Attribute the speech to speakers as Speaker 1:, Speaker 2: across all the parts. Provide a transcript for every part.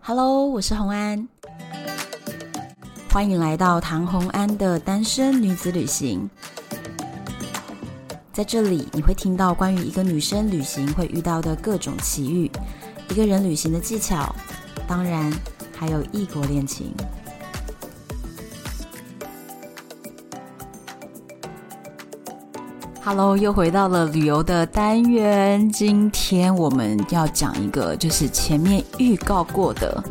Speaker 1: Hello，我是红安，欢迎来到唐红安的单身女子旅行。在这里，你会听到关于一个女生旅行会遇到的各种奇遇，一个人旅行的技巧，当然还有异国恋情。Hello，又回到了旅游的单元。今天我们要讲一个，就是前面预告过的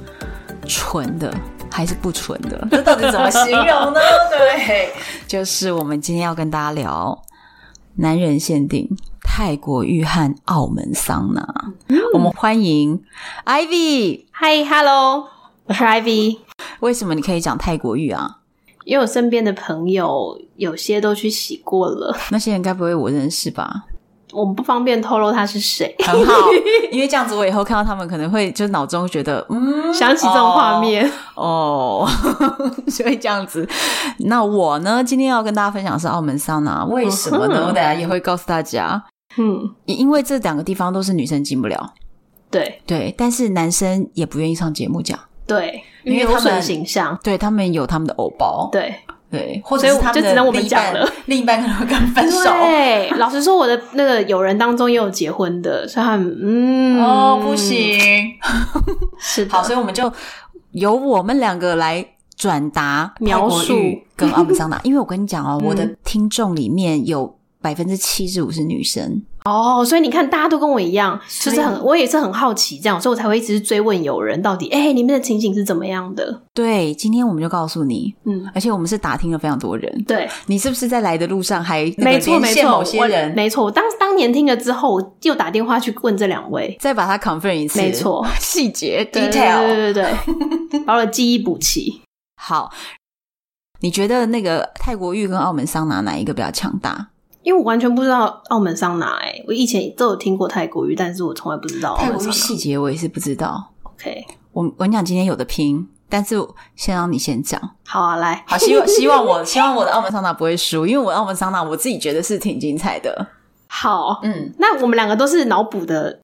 Speaker 1: 纯的还是不纯的，这到底怎么形容 呢？对，就是我们今天要跟大家聊男人限定泰国浴和澳门桑拿。我们欢迎 Ivy。
Speaker 2: 嗨，Hello，我是 Ivy。
Speaker 1: 为什么你可以讲泰国浴啊？
Speaker 2: 因为我身边的朋友有些都去洗过了，
Speaker 1: 那些人该不会我认识 吧？
Speaker 2: 我们不方便透露他是谁，
Speaker 1: 很好，因为这样子我以后看到他们可能会就脑中觉得嗯，
Speaker 2: 想起这种画面。
Speaker 1: 哦， 所以这样子，那我呢，今天要跟大家分享的是澳门桑拿，为什么呢？
Speaker 2: 嗯哼
Speaker 1: 我等一下也会告诉大家，
Speaker 2: 嗯，
Speaker 1: 因因为这两个地方都是女生进不了，
Speaker 2: 对
Speaker 1: 对，但是男生也不愿意上节目讲，
Speaker 2: 对，
Speaker 1: 因为他
Speaker 2: 有
Speaker 1: 们
Speaker 2: 损形象。
Speaker 1: 对他们有他们的偶包，
Speaker 2: 对
Speaker 1: 对，或者是
Speaker 2: 所以
Speaker 1: 他们
Speaker 2: 就只
Speaker 1: 的
Speaker 2: 能我们
Speaker 1: 另一半
Speaker 2: 讲了，
Speaker 1: 另一半可能会跟他们分手。
Speaker 2: 对，老实说，我的那个友人当中也有结婚的，所以他们嗯，
Speaker 1: 哦，不，行，
Speaker 2: 是的，
Speaker 1: 好，所以我们就由我们两个来转达
Speaker 2: 描述
Speaker 1: 泰国浴跟澳门桑 拿，因为我跟你讲哦，
Speaker 2: 嗯
Speaker 1: 我的听众里面有百分之七十五是女生，
Speaker 2: 哦，所以你看，大家都跟我一样，就是
Speaker 1: 所
Speaker 2: 很，我也是很好奇这样，所以我才会一直追问友人到底，哎、你们的情形是怎么样的？
Speaker 1: 对，今天我们就告诉你，
Speaker 2: 嗯，
Speaker 1: 而且我们是打听了非常多人，
Speaker 2: 对，
Speaker 1: 你是不是在来的路上还那个
Speaker 2: 没错
Speaker 1: 连
Speaker 2: 没
Speaker 1: 线
Speaker 2: 错，
Speaker 1: 某些
Speaker 2: 我
Speaker 1: 人，
Speaker 2: 没错。我当当年听了之后，我又打电话去问这两位，
Speaker 1: 再把它 confirm 一次，
Speaker 2: 没，错
Speaker 1: 细节
Speaker 2: 对对
Speaker 1: detail
Speaker 2: 对对对，把我的记忆补齐。
Speaker 1: 好。你觉得那个泰国浴跟澳门桑拿哪一个比较强大？
Speaker 2: 因为我完全不知道澳门桑拿、欸，我以前都有听过泰国语，但是我从来不知道澳
Speaker 1: 泰
Speaker 2: 门
Speaker 1: 国浴
Speaker 2: 桑拿。
Speaker 1: 细节我也是不知道。
Speaker 2: OK，
Speaker 1: 我我跟你讲，今天有的拼，但是先让你先讲。
Speaker 2: 好啊，来，
Speaker 1: 好，希望希望我希望我的澳门桑拿不会输，因为我的澳门桑拿我自己觉得是挺精彩的。
Speaker 2: 好，
Speaker 1: 嗯，
Speaker 2: 那我们两个都是脑补的，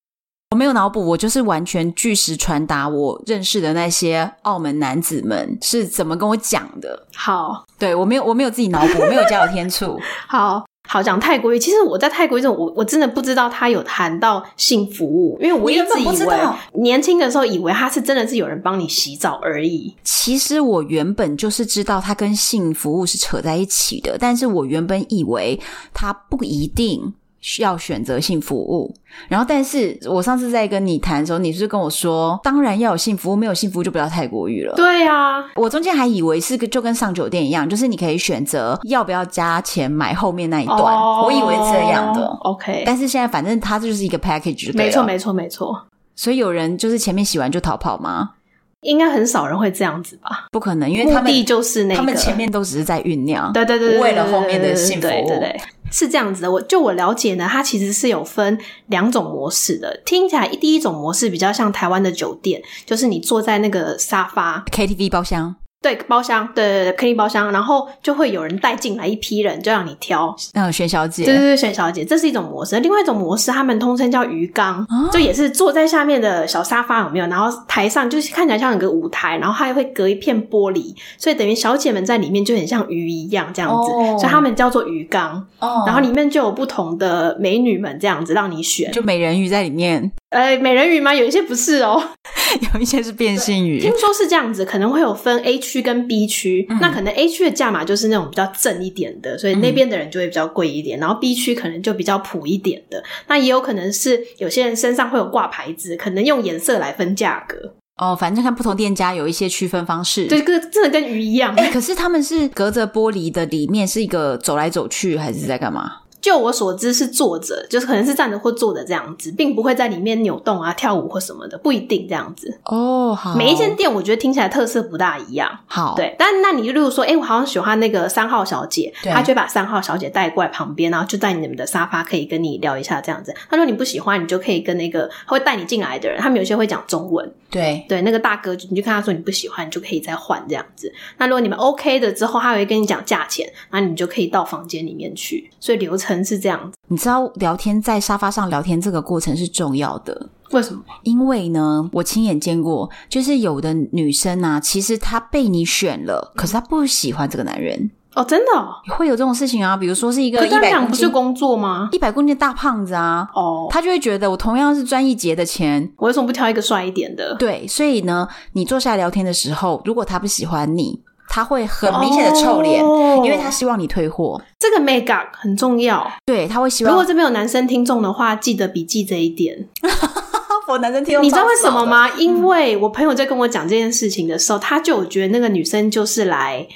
Speaker 1: 我没有脑补，我就是完全据实传达我认识的那些澳门男子们是怎么跟我讲的。
Speaker 2: 好
Speaker 1: 对我没有我没有自己脑补，没有加有天醋。
Speaker 2: 好。好讲泰国语，其实我在泰国语这种，我我真的不知道他有谈到性服务，因为我
Speaker 1: 你
Speaker 2: 一
Speaker 1: 原
Speaker 2: 直
Speaker 1: 本不知
Speaker 2: 以为
Speaker 1: 道
Speaker 2: 年轻的时候以为他是真的是有人帮你洗澡而已。
Speaker 1: 其实我原本就是知道它跟性服务是扯在一起的，但是我原本以为它不一定需要选择性服务。然后，但是我上次在跟你谈的时候，你是跟我说，当然要有性服务，没有性服务就不要泰国浴了。
Speaker 2: 对啊，
Speaker 1: 我中间还以为是个就跟上酒店一样，就是你可以选择要不要加钱买后面那一段，
Speaker 2: 哦
Speaker 1: 我以为这样的。
Speaker 2: OK，
Speaker 1: 但是现在反正它就是一个 package，就对了
Speaker 2: 没错，没错，没错，
Speaker 1: 所以有人就是前面洗完就逃跑吗？
Speaker 2: 应该很少人会这样子吧？
Speaker 1: 不可能，因为他
Speaker 2: 目
Speaker 1: 们
Speaker 2: 的就是那个，
Speaker 1: 他们前面都只是在酝酿。
Speaker 2: 对对对对，对
Speaker 1: 为了后面的幸福
Speaker 2: 对对对对。是这样子的，我就我了解呢，它其实是有分两种模式的。听起来第一种模式比较像台湾的酒店，就是你坐在那个沙发，
Speaker 1: KTV 包厢，
Speaker 2: 对包厢，对对对，客厅包厢，然后就会有人带进来一批人，就让你挑，
Speaker 1: 嗯，玄小
Speaker 2: 对对
Speaker 1: 姐，
Speaker 2: 对，选小姐，这是一种模式。另外一种模式，他们通称叫鱼缸，
Speaker 1: 哦
Speaker 2: 就也是坐在下面的小沙发，有没有？然后台上就是看起来像有个舞台，然后还会隔一片玻璃，所以等于小姐们在里面就很像鱼一样这样子，
Speaker 1: 哦
Speaker 2: 所以他们叫做鱼缸。
Speaker 1: 哦
Speaker 2: 然后里面就有不同的美女们这样子让你选，
Speaker 1: 就美人鱼在里面，
Speaker 2: 呃，美人鱼吗？有一些不是哦，
Speaker 1: 有一些是变性鱼
Speaker 2: 听，说是这样子，可能会有分 A 区跟 B 区，那可能 A 区的价码就是那种比较正一点的，所以那边的人就会比较贵一点，然后 B 区可能就比较普一点的。那也有可能是有些人身上会有挂牌子，可能用颜色来分价格，
Speaker 1: 哦，反正看不同店家有一些区分方式。
Speaker 2: 对，，跟真的跟鱼一样。
Speaker 1: 哎，可是他们是隔着玻璃的，里面是一个走来走去，还是在干嘛？
Speaker 2: 就我所知是坐着，就是可能是站着或坐着这样子，并不会在里面扭动啊、跳舞或什么的，不一定这样子。
Speaker 1: 哦，好，
Speaker 2: 每一间店我觉得听起来特色不大一样。
Speaker 1: 好，，
Speaker 2: 对，但那你就例如说，哎、我好像喜欢那个三号小姐，
Speaker 1: 对
Speaker 2: 她就会把三号小姐带过来旁边，然后就在你们的沙发可以跟你聊一下这样子。她说你不喜欢，你就可以跟那个她会带你进来的人，他们有些会讲中文，
Speaker 1: 对，
Speaker 2: 对，那个大哥你就跟他说你不喜欢，你就可以再换这样子。那如果你们 OK 的之后，他会跟你讲价钱，然后你就可以到房间里面去。所以流程是这样子，
Speaker 1: 你知道聊天在沙发上聊天这个过程是重要的，
Speaker 2: 为什么？
Speaker 1: 因为呢，我亲眼见过，就是有的女生啊，其实她被你选了，可是她不喜欢这个男人，
Speaker 2: 哦，真的、哦？
Speaker 1: 会有这种事情啊。比如说是一
Speaker 2: 可
Speaker 1: 个
Speaker 2: 是
Speaker 1: 一
Speaker 2: 他们
Speaker 1: 百
Speaker 2: 俩
Speaker 1: 公
Speaker 2: 不是
Speaker 1: 斤、
Speaker 2: 工作吗？
Speaker 1: 一百公斤的大胖子啊，
Speaker 2: 哦，
Speaker 1: 他就会觉得我同样是赚一节的钱。
Speaker 2: 我为什么不挑一个帅一点的？
Speaker 1: 对，所以呢，你坐下来聊天的时候，如果他不喜欢你，他会很明显的臭脸，
Speaker 2: 哦
Speaker 1: 因为他希望你退货。
Speaker 2: 这个 make up 很重要。
Speaker 1: 对，他会希
Speaker 2: 如
Speaker 1: 望
Speaker 2: 果这边有男生听众的话，记得笔记这一点。
Speaker 1: 我男生听
Speaker 2: 你知道为什么？吗？因为我朋友在跟我讲这件事情的时候，他就有觉得那个女生就是来。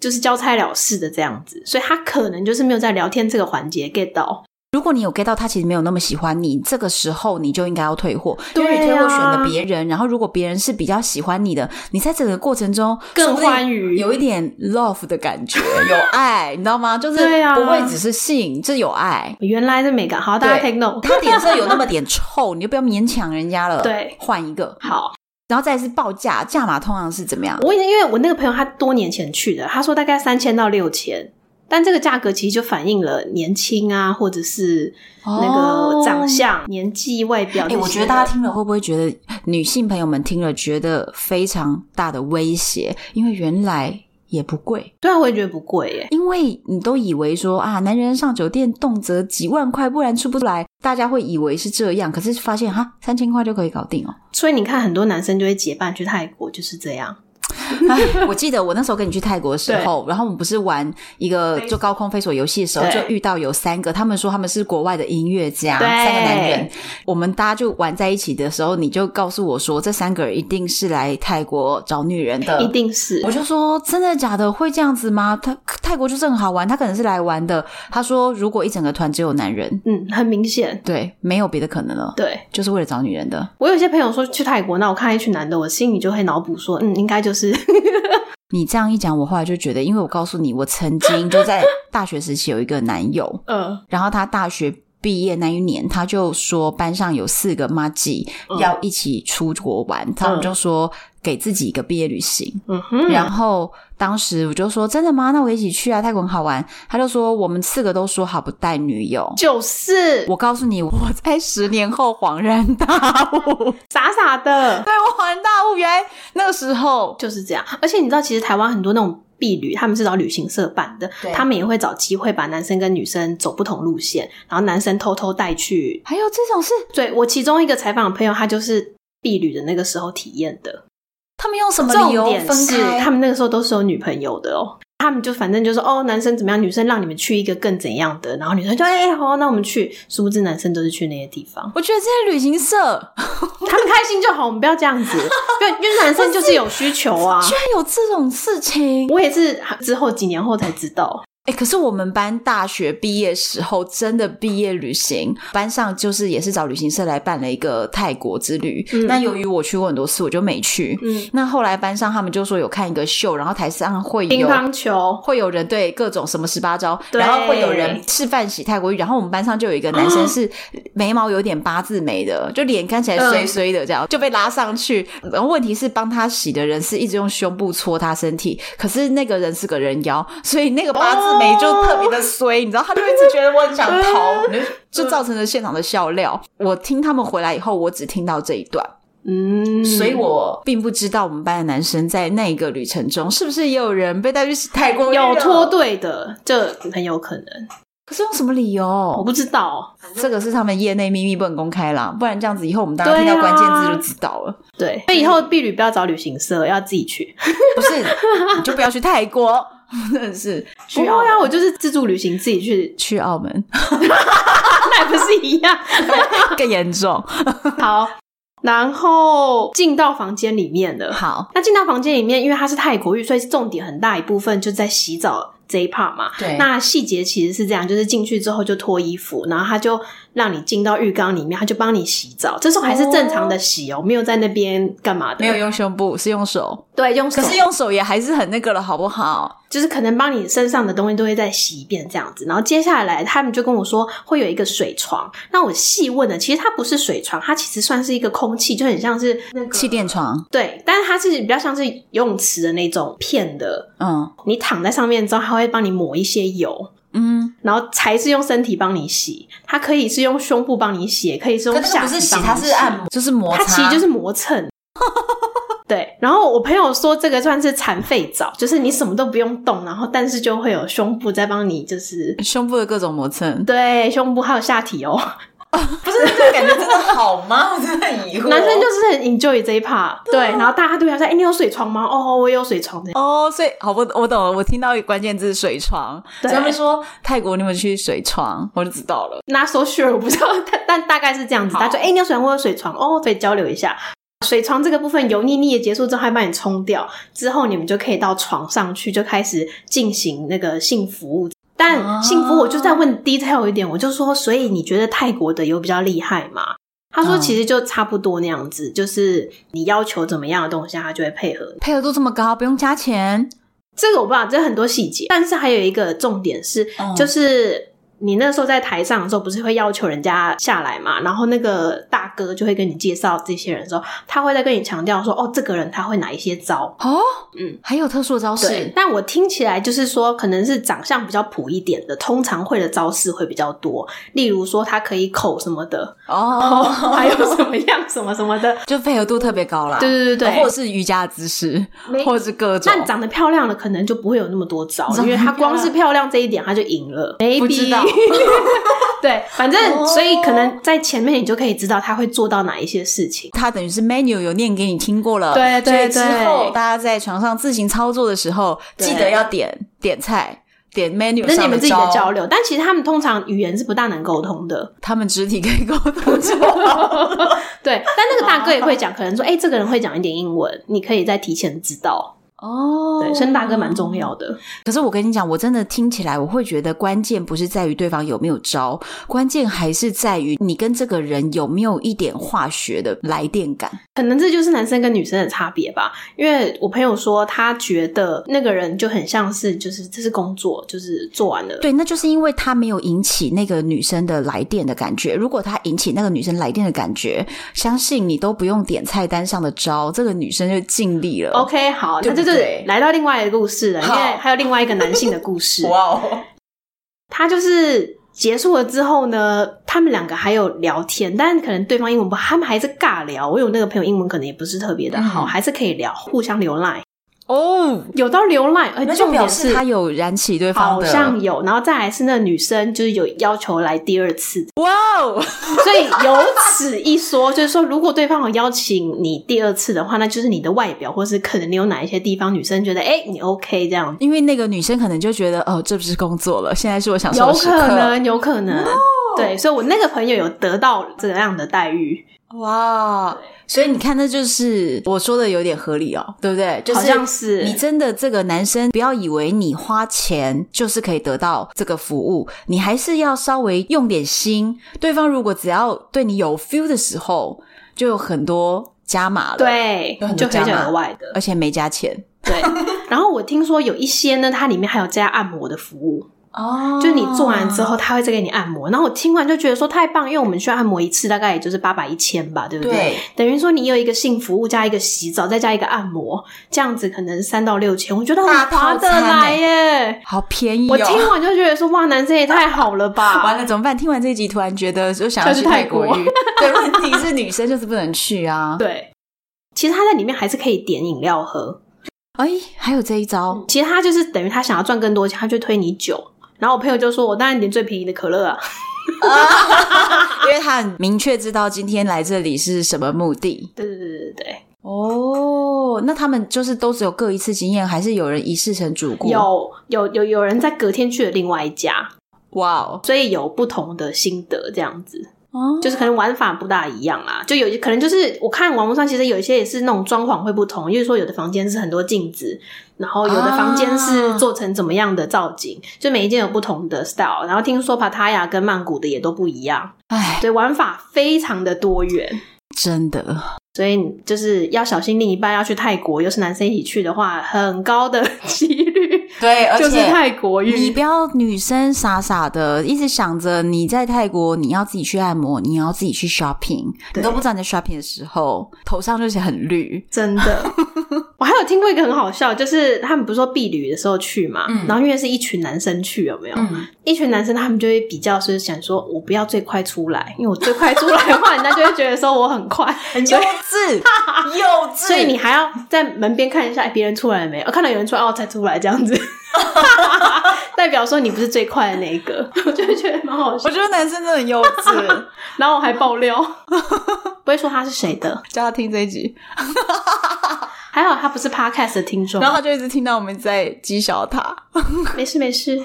Speaker 2: 就是交差了事的这样子，所以他可能就是没有在聊天这个环节 get 到。
Speaker 1: 如果你有 get 到他其实没有那么喜欢你，这个时候你就应该要退货，因为你
Speaker 2: 对
Speaker 1: 退
Speaker 2: 啊
Speaker 1: 货选了别人，然后如果别人是比较喜欢你的，你在整个过程中
Speaker 2: 更
Speaker 1: 说不定
Speaker 2: 欢愉
Speaker 1: 有一点 love 的感觉，有爱， 你知道吗？就是
Speaker 2: 对啊
Speaker 1: 不会只是性，这有 爱。
Speaker 2: 原来是美感，好，大家
Speaker 1: 对
Speaker 2: take note。
Speaker 1: 他脸色有那么点臭，你就不要勉强人家了。
Speaker 2: 对
Speaker 1: 换一个，
Speaker 2: 好，
Speaker 1: 然后再来是报价，价码通常是怎么样？
Speaker 2: 我已经因为我那个朋友他多年前去的，他说大概三千到六千，但这个价格其实就反映了年轻啊，或者是哦那个长相、年纪、外表
Speaker 1: 哦哎、
Speaker 2: 这些的。
Speaker 1: 我觉得大家听了会不会觉得女性朋友们听了觉得非常大的威胁？因为原来也不贵，
Speaker 2: 对啊，我也觉得不贵耶。
Speaker 1: 因为你都以为说啊，男人上酒店动辄几万块，不然出不来，大家会以为是这样，可是发现哈，三千块就可以搞 定哦。
Speaker 2: 所以你看，很多男生就会结伴去泰国，就是这样。
Speaker 1: 哎，我记得我那时候跟你去泰国的时候，然后我们不是玩一个就高空飞索游戏的时候，就
Speaker 2: 对
Speaker 1: 遇到有三个，他们说他们是国外的音乐家，
Speaker 2: 对
Speaker 1: 三个男人，我们大家就玩在一起的时候，你就告诉我说，这三个人一定是来泰国找女人的，
Speaker 2: 一。定是
Speaker 1: 呃我就说真的假的会这样子吗？他泰国就是很好玩，他可能是来玩的。他说如果一整个团只有男人，
Speaker 2: 嗯，很明显。
Speaker 1: 对，没有别的可能了，
Speaker 2: 对
Speaker 1: 就是为了找女人的。
Speaker 2: 我有些朋友说去泰国，那我看到一群男的，我心里就会脑补说，嗯，应该 就是
Speaker 1: 你这样一讲，我后来就觉得，因为我告诉你，我曾经就在大学时期有一个男友，
Speaker 2: 呃，
Speaker 1: 然后他大学毕业那一年，他就说班上有四个妈吉
Speaker 2: 嗯
Speaker 1: 要一起出国玩，他们就说给自己一个毕业旅行。
Speaker 2: 嗯哼，
Speaker 1: 然后当时我就说：“真的吗？那我一起去啊，泰国很好玩。”他就说：“我们四个都说好不带女友。”
Speaker 2: 就是
Speaker 1: 我告诉你，我在十年后恍然 大悟，
Speaker 2: 傻傻的，
Speaker 1: 对我恍然大悟，原来那个时候
Speaker 2: 就是这样。而且你知道，其实台湾很多那种。避旅，他们是找旅行社办的
Speaker 1: 对，
Speaker 2: 他们也会找机会把男生跟女生走不同路线，然后男生偷偷带去。
Speaker 1: 还有这种事，
Speaker 2: 对我其中一个采访的朋友，他就是避旅的那个时候体验的。
Speaker 1: 他们用什么理
Speaker 2: 重
Speaker 1: 由
Speaker 2: 点
Speaker 1: 分
Speaker 2: 是
Speaker 1: 开？，
Speaker 2: 他们那个时候都是有女朋友的哦。他们就反正就说哦，男生怎么样，女生让你们去一个更怎样的，然后女生就哎、好、那我们去。殊不知男生都是去那些地方
Speaker 1: 我觉得这些旅行社
Speaker 2: 他们开心就好，我们不要这样子。对，因为男生就是有需求啊。
Speaker 1: 居然有这种事情，
Speaker 2: 我也是之后几年后才知道，
Speaker 1: 哎、可是我们班大学毕业时候真的毕业旅行，班上就是也是找旅行社来办了一个泰国之旅。
Speaker 2: 嗯
Speaker 1: 那由于我去过很多次，我就没去。
Speaker 2: 嗯，
Speaker 1: 那后来班上他们就说有看一个秀，然后台上会
Speaker 2: 乒
Speaker 1: 有
Speaker 2: 乓球，
Speaker 1: 会有人对各种什么十八招，
Speaker 2: 对
Speaker 1: 然后会有人示范洗泰国浴，然后我们班上就有一个男生
Speaker 2: 啊
Speaker 1: 是眉毛有点八字眉的，就脸看起来
Speaker 2: 嗯
Speaker 1: 衰衰的，这样、就被拉上去。然后问题是帮他洗的人是一直用胸部戳他身体，可是那个人是个人妖，所以那个八字眉就特别的衰，你知道，他就一直觉得我很想逃，
Speaker 2: 嗯
Speaker 1: 就造成了现场的笑料。我听他们回来以后，我只听到这一段。
Speaker 2: 嗯，
Speaker 1: 所以我并不知道我们班的男生在那一个旅程中是不是也有人被带去洗泰国浴啊
Speaker 2: 有
Speaker 1: 了
Speaker 2: 脱队的，这很有可能，
Speaker 1: 可是用什么理
Speaker 2: 我
Speaker 1: 由？
Speaker 2: 不知道。
Speaker 1: 这个是他们业内秘密，不能公开啦，不然这样子以后我们大家
Speaker 2: 对啊
Speaker 1: 听到关键字就知道 了。
Speaker 2: 对，所以以
Speaker 1: 嗯
Speaker 2: 后避旅不要找旅行社，要自己去。
Speaker 1: 不是，你就不要去泰国，真的是，
Speaker 2: 不会啊，我就是自助旅行自己去
Speaker 1: 去澳门
Speaker 2: 那也不是一样？
Speaker 1: 更严重。
Speaker 2: 好，然后进到房间里面了。
Speaker 1: 好，
Speaker 2: 那进到房间里面，因为它是泰国浴，所以重点很大一部分就在洗澡这一 part 嘛。
Speaker 1: 对
Speaker 2: 那细节其实是这样，就是进去之后就脱衣服，然后他就让你进到浴缸里面，他就帮你洗澡。这时候还是正常的洗哦，没有在那边干嘛的，
Speaker 1: 没有用胸部，是用手，
Speaker 2: 对用手，
Speaker 1: 可是用手也还是很那个了，好不好？
Speaker 2: 就是可能帮你身上的东西都会再洗一遍这样子。然后接下来他们就跟我说会有一个水床，那我细问了，其实它不是水床，它其实算是一个空气，就很像是那个
Speaker 1: 气垫床，
Speaker 2: 对，但是它是比较像是游泳池的那种片的，
Speaker 1: 嗯
Speaker 2: 你躺在上面之后，它会帮你抹一些油，
Speaker 1: 嗯，
Speaker 2: 然后才是用身体帮你洗，它可以是用胸部帮你洗，也可以是
Speaker 3: 可那
Speaker 2: 用
Speaker 3: 个
Speaker 2: 下
Speaker 3: 不是
Speaker 2: 体
Speaker 3: 洗，
Speaker 2: 帮你
Speaker 3: 它是按摩，
Speaker 1: 就是摩擦，
Speaker 2: 它其实就是磨蹭。对，然后我朋友说这个算是残废澡，就是你什么都不用动，然后但是就会有胸部在帮你，就是
Speaker 1: 胸部的各种磨蹭。
Speaker 2: 对胸部还有下体哦。
Speaker 3: 不是这个感觉真的好 吗？我真的很疑惑。
Speaker 2: 男生就是很 enjoy 这一 part，对，然后大家对他说：“哎、你有水床吗？”哦，我有水床的。
Speaker 1: 哦，所以好，我我懂了，我听到一个关键字水床，所
Speaker 2: 对
Speaker 1: 以他们说泰国你们去水床，我就知道了。
Speaker 2: 那 so sure 我不知道，但但大概是这样子。
Speaker 1: 好
Speaker 2: 他说：“哎、你有水床，我有水床。”哦，所以交流一下。水床这个部分油腻腻的结束之后，还帮你冲掉，之后你们就可以到床上去，就开始进行那个性服务。
Speaker 1: 啊
Speaker 2: 但性服务我就在问 detail 一点，我就说：“所以你觉得泰国的有比较厉害吗？”他说：“
Speaker 1: 嗯
Speaker 2: 其实就差不多那样子，就是你要求怎么样的东西，他就会配合你
Speaker 1: 配合度这么高，不用加钱，
Speaker 2: 这个我不知道，这很多细节。但是还有一个重点是，
Speaker 3: 嗯
Speaker 2: 就是你那时候在台上的时候，不是会要求人家下来嘛？然后那个大哥就会跟你介绍这些人的时候，他会再跟你强调说，哦，这个人他会哪一些招。
Speaker 1: 哦，
Speaker 2: 嗯，
Speaker 1: 还有特殊的招
Speaker 2: 对
Speaker 1: 式，，
Speaker 2: 但我听起来就是说，可能是长相比较普一点的，通常会的招式会比较多。例如说，他可以口什么 的，
Speaker 1: 哦，
Speaker 2: 还有什么样什么什么的。
Speaker 1: 就配合度特别高啦。哦
Speaker 2: 对对对对，
Speaker 1: 或者是瑜伽的姿势，
Speaker 2: 没
Speaker 1: 或者是各种
Speaker 2: 那，长得漂亮的可能就不会有那么多 招，
Speaker 1: 长得
Speaker 2: 因为她光是漂亮这一点，她就赢了。Maybe
Speaker 1: 不知道
Speaker 2: 对，反
Speaker 3: 哦
Speaker 2: 正所以可能在前面你就可以知道她会做到哪一些事情。
Speaker 1: 它等于是 menu 有念给你听过了，
Speaker 2: 对对
Speaker 1: 所以之
Speaker 2: 对
Speaker 1: 后大家在床上自行操作的时候，
Speaker 2: 对
Speaker 1: 记得要点点菜，点 menu
Speaker 2: 那是你
Speaker 1: 上
Speaker 2: 们自己
Speaker 1: 招
Speaker 2: 的交，流，但其实他们通常语言是不大能沟通的，
Speaker 1: 他们肢体可以沟 通就好
Speaker 2: 对。但那个大哥也会讲，可能说，哎、这个人会讲一点英文，你可以再提前知道。
Speaker 1: 哦
Speaker 2: 对，所以大哥蛮重要的。
Speaker 1: 可是我跟你讲，我真的听起来，我会觉得关键不是在于对方有没有招，关键还是在于你跟这个人有没有一点化学的来电感。
Speaker 2: 可能这就是男生跟女生的差别吧，因为我朋友说他觉得那个人就很像是就是这是工作，就是做完了，
Speaker 1: 对，那就是因为他没有引起那个女生的来电的感觉。如果他引起那个女生来电的感觉，相信你都不用点菜单上的招，这个女生就尽力了。
Speaker 3: 哦
Speaker 2: OK，好，
Speaker 3: 对不
Speaker 2: 那这就是
Speaker 3: 对
Speaker 2: 来到另外一个故事了，因
Speaker 3: 好
Speaker 2: 为还有另外一个男性的 故事，
Speaker 3: 哇哦，
Speaker 2: 他就是结束了之后呢，他们两个还有聊天，但可能对方英文不好，他们还是尬聊。我有那个朋友英文可能也不是特别的
Speaker 3: 嗯
Speaker 2: 好，还是可以聊，互相浏览，
Speaker 3: 哦，
Speaker 2: 有到浏览，而
Speaker 3: 那就
Speaker 2: 重
Speaker 3: 表
Speaker 2: 点
Speaker 3: 示
Speaker 2: 是
Speaker 1: 他有燃起对方
Speaker 2: 好
Speaker 1: 的，
Speaker 2: 像有，然后再来是那个女生就是有要求来第二 次，
Speaker 1: 哇哦，
Speaker 2: 所以由此一说，就是说，如果对方有邀请你第二次的话，那就是你的外表，或是可能你有哪一些地方女生觉得，哎、你 OK 这样
Speaker 1: 因为那个女生可能就觉得哦，这不是工作了，现在是我享受
Speaker 2: 有
Speaker 1: 的时刻。
Speaker 2: 可能，有可能。对，所以我那个朋友有得到这样的待遇，
Speaker 1: 哇，所以你看，那就是我说的有点合理哦，对不对？就
Speaker 2: 好像
Speaker 1: 是。
Speaker 2: 是
Speaker 1: 你真的这个男生，不要以为你花钱就是可以得到这个服务，你还是要稍微用点心。对方如果只要对你有 feel 的时候，就有很多加码了，，
Speaker 2: 对
Speaker 1: 有很，多
Speaker 2: 就很
Speaker 1: 加码
Speaker 2: 额外的
Speaker 1: 而且没加钱
Speaker 2: 对。 然后我听说有一些呢，它里面还有加按摩的服务，
Speaker 1: 哦
Speaker 2: 就是你做完之后，他会再给你按摩。然后我听完就觉得说太棒，因为我们去按摩一次大概也就是八百一千吧，对不
Speaker 3: 对，
Speaker 2: 等于说你有一个性服务加一个洗澡，再加一个按摩，这样子可能三到六千，我觉得
Speaker 1: 大
Speaker 2: 很
Speaker 1: 套
Speaker 2: 划得
Speaker 1: 餐
Speaker 2: 来
Speaker 1: 欸
Speaker 2: 耶。
Speaker 1: 好便宜
Speaker 2: 我
Speaker 1: 哦。
Speaker 2: 听完就觉得说哇，男生也太好了 吧！
Speaker 1: 完了怎么办？听完这一集，突然觉得就想要
Speaker 2: 要去
Speaker 1: 去泰
Speaker 2: 泰
Speaker 1: 国
Speaker 2: 国
Speaker 1: 浴。 对，问题是女生就是不能去啊。
Speaker 2: 对，其实他在里面还是可以点饮料喝。
Speaker 1: 哎，还有这一招，
Speaker 2: 哦其实他就是等于他想要赚更多钱，他就推你酒。然后我朋友就说：“我当然点最便宜的可乐啊。
Speaker 1: 因为他很明确知道今天来这里是什么目的”
Speaker 2: 对对对对对
Speaker 1: 哦。那他们就是都只有各一次经验，还是有人一试成主顾？
Speaker 2: 对，有有有有人在隔天去了另外一家，
Speaker 1: 哇哦，
Speaker 2: 所以有不同的心得这样子。
Speaker 1: 哦
Speaker 2: 就是可能玩法不大一样啊啦，就有可能就是我看网络上其实有一些也是那种装潢会不同，就是说有的房间是很多镜子，然后有的房间是做成怎么样的造景，就每一间有不同的 style，然后听说 Pattaya 跟曼谷的也都不一样，
Speaker 1: 哎，
Speaker 2: 对，玩法非常的多元，
Speaker 1: 真的
Speaker 2: 所以你就是要小心另一半要去泰国，又是男生一起去的话，很高的几率
Speaker 3: 对， 而
Speaker 2: 就是
Speaker 3: 且
Speaker 2: 泰国
Speaker 1: 你不
Speaker 2: 浴。
Speaker 1: 要女生傻傻的，一直想着你在泰国，你要自己去按摩，你要自己去 shopping，你
Speaker 2: 对
Speaker 1: 都不知道你在 shopping 的时候，头上就是很绿。
Speaker 2: 真的，我还有听过一个很好笑，就是他们不是说避旅的时候去嘛，
Speaker 3: 嗯
Speaker 2: 然后因为是一群男生去，有没有？
Speaker 3: 嗯，
Speaker 2: 一群男生他们就会比较，是想说我不要最快出来，因为我最快出来的话，人家就会觉得说我 很快，
Speaker 3: 很幼
Speaker 1: 幼稚，
Speaker 3: 幼稚，
Speaker 2: 所以你还要在门边看一下哎别人出来了没有，哦看到有人出来哦才出来这 样子， 代表说你不是最快的那一个， 我就会觉得蛮好笑
Speaker 1: 我。觉得男生真的很幼 稚。
Speaker 2: 然后我还爆料， 不会说他是谁的，
Speaker 1: 叫他听这一集，
Speaker 2: 还好他不是 podcast 的听众
Speaker 1: 然。后他就一直听到我们在讥笑他。
Speaker 2: 没事没事，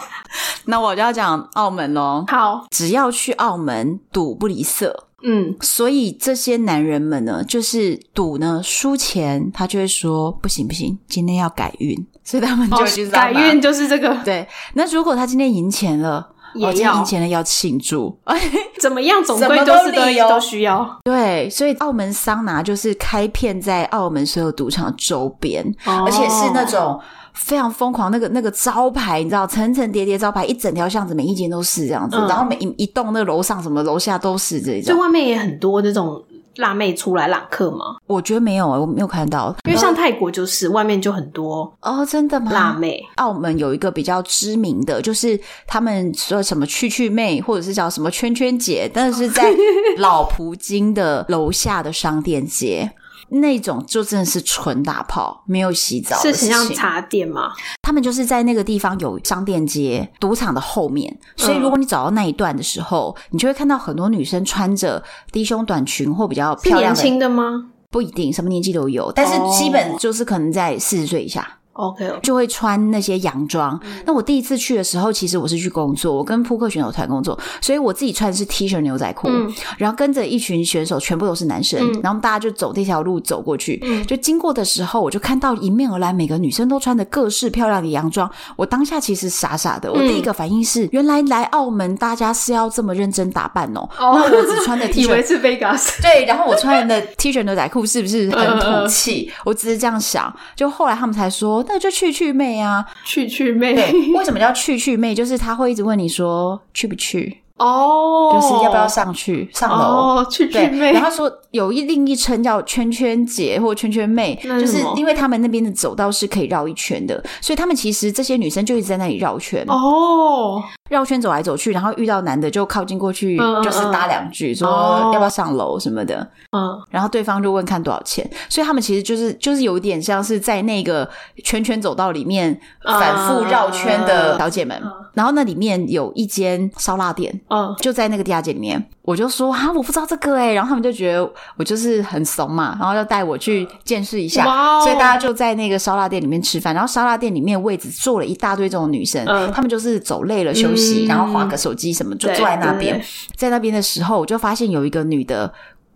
Speaker 1: 那我就要讲澳门喽，
Speaker 2: 好，
Speaker 1: 只要去澳门，赌不离色。
Speaker 2: 嗯，
Speaker 1: 所以这些男人们呢，就是赌呢输钱，他就会说不行不行，今天要改运，所以他们就
Speaker 2: 哦
Speaker 1: 会去、
Speaker 2: 改运。就是这个，
Speaker 1: 对，那如果他今天赢钱了，
Speaker 2: 也
Speaker 1: 哦、今天
Speaker 2: 要
Speaker 1: 赢钱了要庆祝。哦
Speaker 2: 怎么样，总
Speaker 3: 什
Speaker 2: 归
Speaker 3: 么
Speaker 2: 都
Speaker 3: 都
Speaker 2: 是都
Speaker 3: 理由
Speaker 2: 都需要。
Speaker 1: 对，所以澳门桑拿就是开遍在澳门所有赌场周边，
Speaker 2: 而
Speaker 3: 而且是
Speaker 2: 哦
Speaker 3: 那种
Speaker 1: 非常疯狂。那个那个招牌，你知道，层层叠叠招牌，一整条巷子每一间都是这样子，
Speaker 2: 嗯
Speaker 1: 然后每一一栋那楼上什么楼下都是这
Speaker 2: 所以
Speaker 1: 种。
Speaker 2: 哦外面也很多这种辣妹出来揽客嘛，
Speaker 1: 我觉得没有啊，我没有看到，
Speaker 2: 因为像泰国就是外面就很多
Speaker 1: 哦，真的吗？
Speaker 2: 辣妹，
Speaker 1: 澳门有一个比较知名的，就是他们说什么“去去妹”或者是叫什么“圈圈姐”，但是 在老葡京的楼下的商店街。那种就真的是纯打炮，没有洗澡的
Speaker 2: 是
Speaker 1: 事
Speaker 2: 很像
Speaker 1: 情。
Speaker 2: 茶店嘛，
Speaker 1: 他们就是在那个地方有商店街、赌场的后面，所以
Speaker 2: 嗯
Speaker 1: 如果你找到那一段的时候，你就会看到很多女生穿着低胸短裙或比较
Speaker 2: 是
Speaker 1: 漂亮
Speaker 2: 年
Speaker 1: 的，
Speaker 2: 轻的吗
Speaker 1: 不一定什么年纪都有，但是基本
Speaker 2: 哦
Speaker 1: 就是可能在四十岁以下。
Speaker 2: ？OK，哦
Speaker 1: 就会穿那些洋装。
Speaker 2: 嗯
Speaker 1: 那我第一次去的时候，其实我是去工作，我跟扑克选手团工作，所以我自己穿的是 T 恤牛仔裤，
Speaker 2: 嗯
Speaker 1: 然后跟着一群选手，全部都是男生，
Speaker 2: 嗯
Speaker 1: 然后我们大家就走这条路走过去。
Speaker 2: 嗯
Speaker 1: 就经过的时候，我就看到迎面而来，每个女生都穿着各式漂亮的洋装。我当下其实傻傻的，我
Speaker 2: 嗯
Speaker 1: 第一个反应是，原来来澳门大家是要这么认真打扮哦。
Speaker 2: 哦
Speaker 1: 那我只穿的 T
Speaker 2: 以为
Speaker 1: 恤，
Speaker 2: 是 Vegas，
Speaker 1: 对，然后我穿的 T 恤牛仔裤是不是
Speaker 2: 嗯
Speaker 1: 很土气？我只是这样想。就后来他们才说，那就去去妹啊，
Speaker 2: 去去妹
Speaker 1: 对，为什么叫去去妹？就是他会一直问你说去不去，
Speaker 2: 哦，
Speaker 1: 就是要不要上去上楼。
Speaker 2: 哦， 去
Speaker 1: 对
Speaker 2: 去，妹
Speaker 1: 然，后说有一另一称叫圈圈姐或圈圈妹，
Speaker 2: 那
Speaker 1: 就是
Speaker 2: 什
Speaker 1: 是
Speaker 2: 么
Speaker 1: 因为他们那边的走道是可以绕一圈的，所以他们其实这些女生就一直在那里绕圈，
Speaker 2: 哦，
Speaker 1: 绕圈走来走去，然后遇到男的就靠近过去，
Speaker 2: 嗯嗯
Speaker 1: 就是搭两句说
Speaker 2: 哦
Speaker 1: 要不要上楼什么的，
Speaker 2: 嗯，
Speaker 1: 然后对方就问看多少钱，所以他们其实就是就是有点像是在那个圈圈走道里面
Speaker 2: 啊
Speaker 1: 反复绕圈的小姐们。然后那里面有一间烧腊店，
Speaker 2: 嗯，
Speaker 1: 就在那个地下街里面。我就说啊，我不知道这个哎、然后他们就觉得我就是很怂嘛，然后就带我去见识一下。
Speaker 2: 哇哦
Speaker 1: 所以大家就在那个烧腊店里面吃饭，然后烧腊店里面位置坐了一大堆这种女生，
Speaker 2: 嗯
Speaker 1: 她们就是走累了休息，
Speaker 2: 嗯
Speaker 1: 然后划个手机什么，就坐在那边
Speaker 2: 对对。
Speaker 1: 在那边的时候，我就发现有一个女的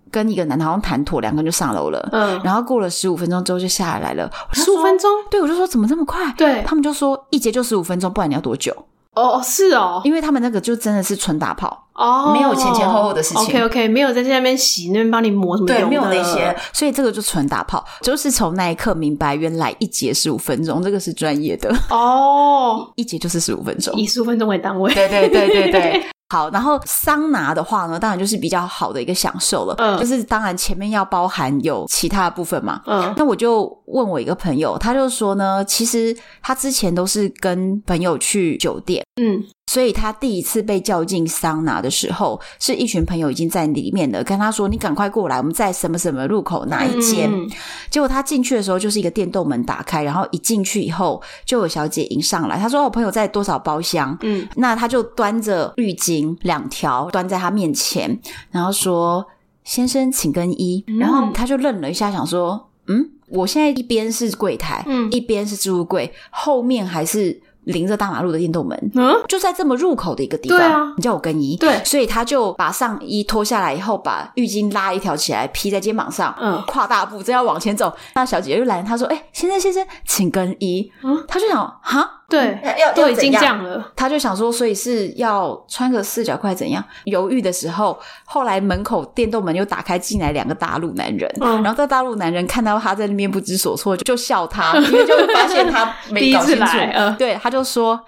Speaker 1: 跟一个男的好像谈妥，两个人就上楼了。
Speaker 2: 嗯，
Speaker 1: 然后过了十五分钟之后就下来了，我就
Speaker 2: 十五
Speaker 1: 说
Speaker 2: 分钟，
Speaker 1: 对我就说怎么这么快？
Speaker 2: 对
Speaker 1: 他们就说一节就十五分钟，不然你要多久？
Speaker 2: 哦，是哦，
Speaker 1: 因为他们那个就真的是纯打炮，
Speaker 2: 哦，
Speaker 1: 没有前前后后的事情
Speaker 2: OK OK，没有在那边洗，那边帮你抹什么
Speaker 1: 对，
Speaker 2: 油
Speaker 1: 没有
Speaker 2: 的
Speaker 1: 那些，所以这个就纯打炮。就是从那一刻明白，原来一节十五分钟，这个是专业的，
Speaker 2: 哦，
Speaker 1: 一节就是十五分钟。
Speaker 2: 以十五分钟为单位。
Speaker 1: 对对对对 对。好，然后桑拿的话呢，当然就是比较好的一个享受了，
Speaker 2: 嗯
Speaker 1: 就是当然前面要包含有其他的部分嘛。
Speaker 2: 嗯
Speaker 1: 那我就问我一个朋友，他就说呢，其实他之前都是跟朋友去酒店，
Speaker 2: 嗯，
Speaker 1: 所以他第一次被叫进桑拿的时候，是一群朋友已经在里面了，跟他说：“你赶快过来，我们在什么什么路口哪一间。
Speaker 2: 嗯
Speaker 1: 结果他进去的时候，就是一个电动门打开，然后一进去以后，就有小姐迎上来，她说：“哦我朋友在多少包厢？”
Speaker 2: 嗯，
Speaker 1: 那他就端着浴巾两条端在他面前，然后说：“先生，请更衣。
Speaker 2: 嗯
Speaker 1: 然后他就愣了一下，想说：“嗯，我现在一边是柜台，
Speaker 2: 嗯
Speaker 1: 一边是置物柜，后面还是临着大马路的电动门，
Speaker 2: 嗯
Speaker 1: 就在这么入口的一个地方，
Speaker 2: 对啊
Speaker 1: 你叫我更衣，
Speaker 2: 对
Speaker 1: 所以他就把上衣脱下来以后，把浴巾拉一条起来披在肩膀上，
Speaker 2: 嗯
Speaker 1: 跨大步正要往前走，那小姐就拦他说：“哎、先生先生，请更衣。”
Speaker 2: 嗯
Speaker 1: 他就想 哈。
Speaker 2: 对，
Speaker 3: 要要
Speaker 2: 都已经
Speaker 3: 怎
Speaker 2: 这样了，
Speaker 1: 他就想说，所以是要穿个四角裤还是怎样？犹豫的时候，后来门口电动门又打开，进来两个大陆男人。
Speaker 2: 嗯
Speaker 1: 然后这大陆男人看到他在那边不知所措，就就笑他，
Speaker 3: 因为就会发现 他
Speaker 2: 第
Speaker 3: 没
Speaker 2: 一
Speaker 3: 搞
Speaker 2: 次
Speaker 3: 清
Speaker 2: 来，
Speaker 3: 楚，
Speaker 2: 嗯
Speaker 1: 对，他就说：“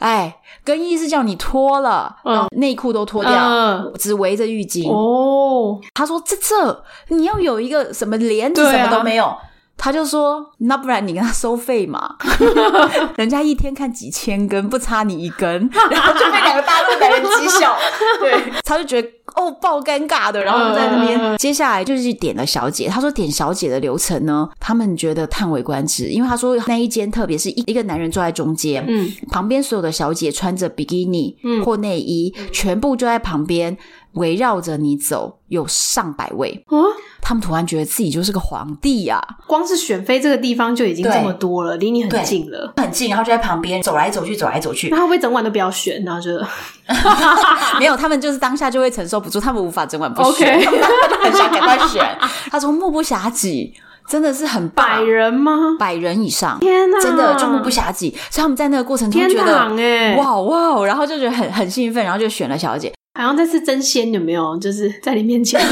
Speaker 1: 哎，更衣是叫你脱了，
Speaker 2: 嗯
Speaker 1: 然后内裤都脱掉，
Speaker 2: 嗯
Speaker 1: 只围着浴巾。
Speaker 2: 哦，
Speaker 1: 他说：“这这，你要有一个什么帘子，
Speaker 2: 对
Speaker 1: 什
Speaker 2: 啊
Speaker 1: 么都没有。他就说：“那不然你跟他收费 嘛， 人家一天看几千根，不差你一 根。”
Speaker 3: 然后就被两个大陆男人讥笑。对，
Speaker 1: 他就觉得哦爆尴尬的，然后在那边、
Speaker 2: 嗯嗯
Speaker 1: 接下来就是点了小姐，他说点小姐的流程呢，他们觉得叹为观止，因为他说那一间特别是一一个男人坐在中间，
Speaker 2: 嗯，
Speaker 1: 旁边所有的小姐穿着比基尼
Speaker 2: 嗯
Speaker 1: 或内衣，全部就在旁边围绕着你走，有上百位，
Speaker 2: 哦，
Speaker 1: 他们突然觉得自己就是个皇帝啊呀、
Speaker 2: 光是选妃这个地方就已经
Speaker 3: 对
Speaker 2: 这么多了，离你
Speaker 3: 对
Speaker 2: 很近了。
Speaker 3: 很近，然后就在旁边走来走去，走来走去
Speaker 2: 那。会不会整晚都不要选？然后就
Speaker 1: 没 有，他们就是当下就会承受不住，他们无法整晚不选
Speaker 2: OK
Speaker 3: 他就很想赶快选，
Speaker 1: 他说目不暇给，真的是很棒
Speaker 2: 百人吗？
Speaker 1: 百人以上。
Speaker 2: 天哪，
Speaker 1: 真的就目不暇给，所以他们在那个过程中
Speaker 2: 天
Speaker 1: 觉得
Speaker 2: 堂哎、
Speaker 1: 哇哇，然后就觉得很很兴奋，然后就选了小姐。
Speaker 2: 好像这次真仙有没有？就是在你面前，啊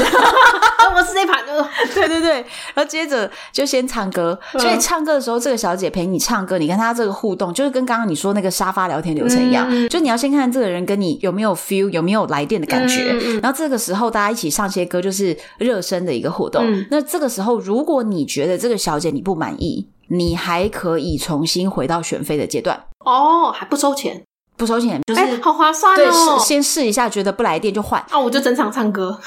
Speaker 2: 我是这盘，呃
Speaker 1: 对对对，然后接着就先唱歌，
Speaker 2: 嗯
Speaker 1: 所以唱歌的时候，这个小姐陪你唱歌，你跟她这个互动，就是跟刚刚你说那个沙发聊天流程一样，
Speaker 2: 嗯
Speaker 1: 就你要先看这个人跟你有没有 feel，有没有来电的感觉。
Speaker 2: 嗯嗯嗯
Speaker 1: 然后这个时候大家一起唱些歌，就是热身的一个活动。
Speaker 2: 嗯
Speaker 1: 那这个时候，如果你觉得这个小姐你不满意，你还可以重新回到选妃的阶段，
Speaker 2: 哦，还不收钱，
Speaker 1: 不收钱，就是、
Speaker 2: 哎、好划算
Speaker 1: 对
Speaker 2: 哦
Speaker 1: 试！先试一下，觉得不来电就换。
Speaker 2: 啊，我就整场唱歌，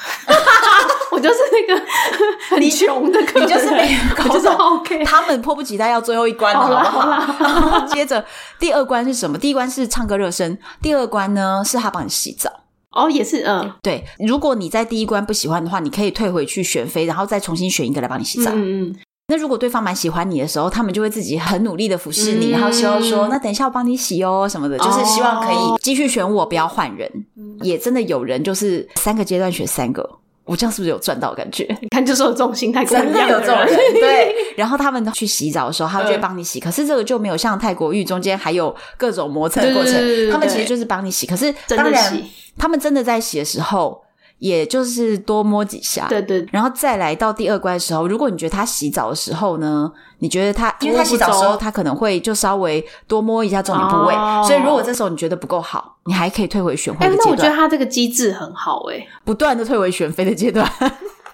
Speaker 2: 我就是那个 很穷的客人，
Speaker 3: 你就是没有搞
Speaker 2: 我就是
Speaker 3: 懂
Speaker 2: OK。
Speaker 1: 他们迫不及待要最后一关了，
Speaker 2: 好啦
Speaker 1: 好不
Speaker 2: 好
Speaker 1: 好？
Speaker 2: 啦，
Speaker 1: 然后 接着第二关是什么？第一关是唱歌热身，第二关呢是他帮你洗澡。
Speaker 2: 哦，也是，嗯
Speaker 1: 对，如果你在第一关不喜欢的话，你可以退回去选妃，然后再重新选一个来帮你洗
Speaker 2: 嗯
Speaker 1: 澡。
Speaker 2: 嗯
Speaker 1: 那如果对方蛮喜欢你的时候，他们就会自己很努力的服侍你，
Speaker 2: 嗯
Speaker 1: 然后希望说，那等一下我帮你洗哦什么的，就是希望可以继续选我，不要换人。
Speaker 2: 嗯，
Speaker 1: 也真的有人就是三个阶段选三个，我这样是不是有赚到的感觉？
Speaker 2: 你看，就是有这种心态，
Speaker 3: 真的有这种人，
Speaker 2: 人。
Speaker 3: 对，
Speaker 1: 然后他们去洗澡的时候，他们就会帮你洗。可是这个就没有像泰国浴中间还有各种磨蹭的过程，
Speaker 2: 对对对对对
Speaker 1: 他们其实就是帮你洗。可是
Speaker 2: 真
Speaker 1: 当
Speaker 2: 的
Speaker 1: 然，
Speaker 2: 洗，
Speaker 1: 他们真的在洗的时候，也就是多摸几下。
Speaker 2: 对对，
Speaker 1: 然后再来到第二关的时候，如果你觉得他洗澡的时候呢，你觉得他
Speaker 3: 因为他洗澡的时候
Speaker 1: 他可能会就稍微多摸一下重点部位，
Speaker 2: 哦
Speaker 1: 所以如果这时候你觉得不够好，你还可以退回选
Speaker 2: 哎、
Speaker 1: 妃的
Speaker 2: 那
Speaker 1: 阶
Speaker 2: 我觉得
Speaker 1: 段，
Speaker 2: 他这个机制很好、哎。
Speaker 1: 不断的退回选妃的阶段。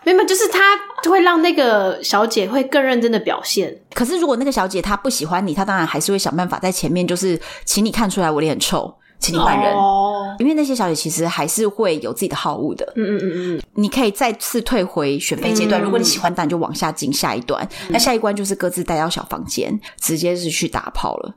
Speaker 2: 没有，就是他会让那个小姐会更认真的表现。
Speaker 1: 可是如果那个小姐她不喜欢你，她当然还是会想办法在前面，就是请你看出来我脸很臭，请你换人。
Speaker 2: 哦，
Speaker 1: 因为那些小姐其实还是会有自己的好恶的，
Speaker 2: 嗯嗯嗯嗯，
Speaker 1: 你可以再次退回选妃阶段。
Speaker 2: 嗯
Speaker 1: 如果你喜欢，当然就往下进下一段。那下一关就是各自带到小房间，直接是去打炮了。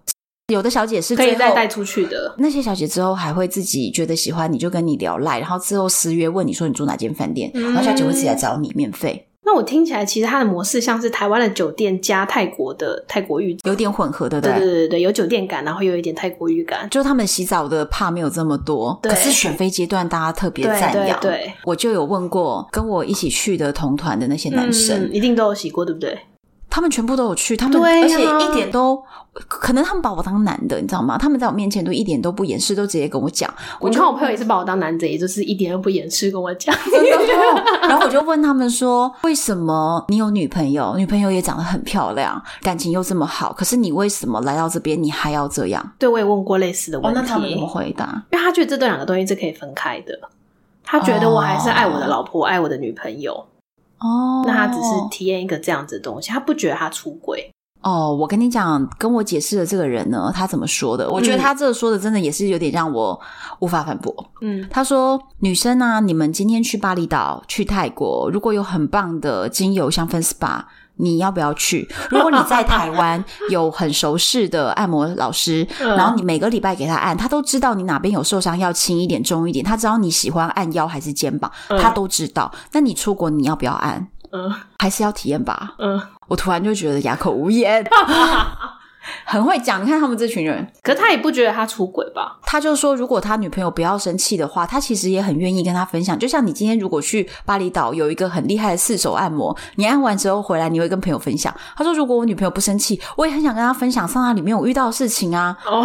Speaker 1: 有的小姐是
Speaker 2: 可以
Speaker 1: 最
Speaker 2: 再
Speaker 1: 后
Speaker 2: 带出去的。
Speaker 1: 那些小姐之后还会自己觉得喜欢你，就跟你聊赖，然后之后私约问你说你住哪间饭店，
Speaker 2: 嗯
Speaker 1: 然后小姐会自己来找你免费，
Speaker 2: 那我听起来，其实它的模式像是台湾的酒店加泰国的泰国浴，
Speaker 1: 有点混合，对不
Speaker 2: 对对对对，有酒店感，然后又有一点泰国浴感。
Speaker 1: 就他们洗澡的怕没有这么多，
Speaker 2: 对
Speaker 1: 可是选妃阶段大家特别
Speaker 2: 对
Speaker 1: 赞
Speaker 2: 对
Speaker 1: 扬。
Speaker 2: 对，
Speaker 1: 我就有问过跟我一起去的同团的那些男生，
Speaker 2: 嗯、一定都有洗过，对不对？
Speaker 1: 他们全部都有去，他们
Speaker 2: 对呀啊
Speaker 1: 而且一点都，可能他们把我当男的，你知道吗？他们在我面前都一点都不掩饰，都直接跟我讲。
Speaker 2: 我
Speaker 1: 就
Speaker 2: 看我朋友也是把我当男贼，就是一点都不掩饰跟我讲。 哦
Speaker 1: 然后我就问他们说，为什么你有女朋友，女朋友也长得很漂亮，感情又这么好，可是你为什么来到这边你还要这样？
Speaker 2: 对，我也问过类似的问题，
Speaker 3: 哦那他们
Speaker 1: 怎么回答？
Speaker 2: 因为他觉得这两个东西是可以分开的。他觉得我还是爱我的
Speaker 1: 哦
Speaker 2: 老婆，爱我的女朋友，
Speaker 1: 哦，
Speaker 2: 那他只是体验一个这样子的东西，他不觉得他出轨。
Speaker 1: 哦，我跟你讲，跟我解释的这个人呢，他怎么说
Speaker 2: 嗯
Speaker 1: 的？我觉得他这个说的真的也是有点让我无法反驳。
Speaker 2: 嗯，
Speaker 1: 他说：“女生啊，你们今天去巴厘岛、去泰国，如果有很棒的精油香氛 SPA，你要不要去？如果你在台湾有很熟识的按摩老师，
Speaker 2: 嗯
Speaker 1: 然后你每个礼拜给他按，他都知道你哪边有受伤要轻一点、重一点，他知道你喜欢按腰还是肩膀，
Speaker 2: 嗯
Speaker 1: 他都知道。那你出国你要不要按？
Speaker 2: 嗯
Speaker 1: 还是要体验吧？
Speaker 2: 嗯。
Speaker 1: 我突然就觉得哑口无 言，很会讲。你看他们这群人，
Speaker 2: 可他也不觉得他出轨吧？
Speaker 1: 他就说，如果他女朋友不要生气的话，他其实也很愿意跟他分享。就像你今天如果去巴厘岛有一个很厉害的四手按摩，你按完之后回来，你会跟朋友分享。他说，如果我女朋友不生气，我也很想跟她分享桑拿里面我遇到的事情啊。
Speaker 2: 哦、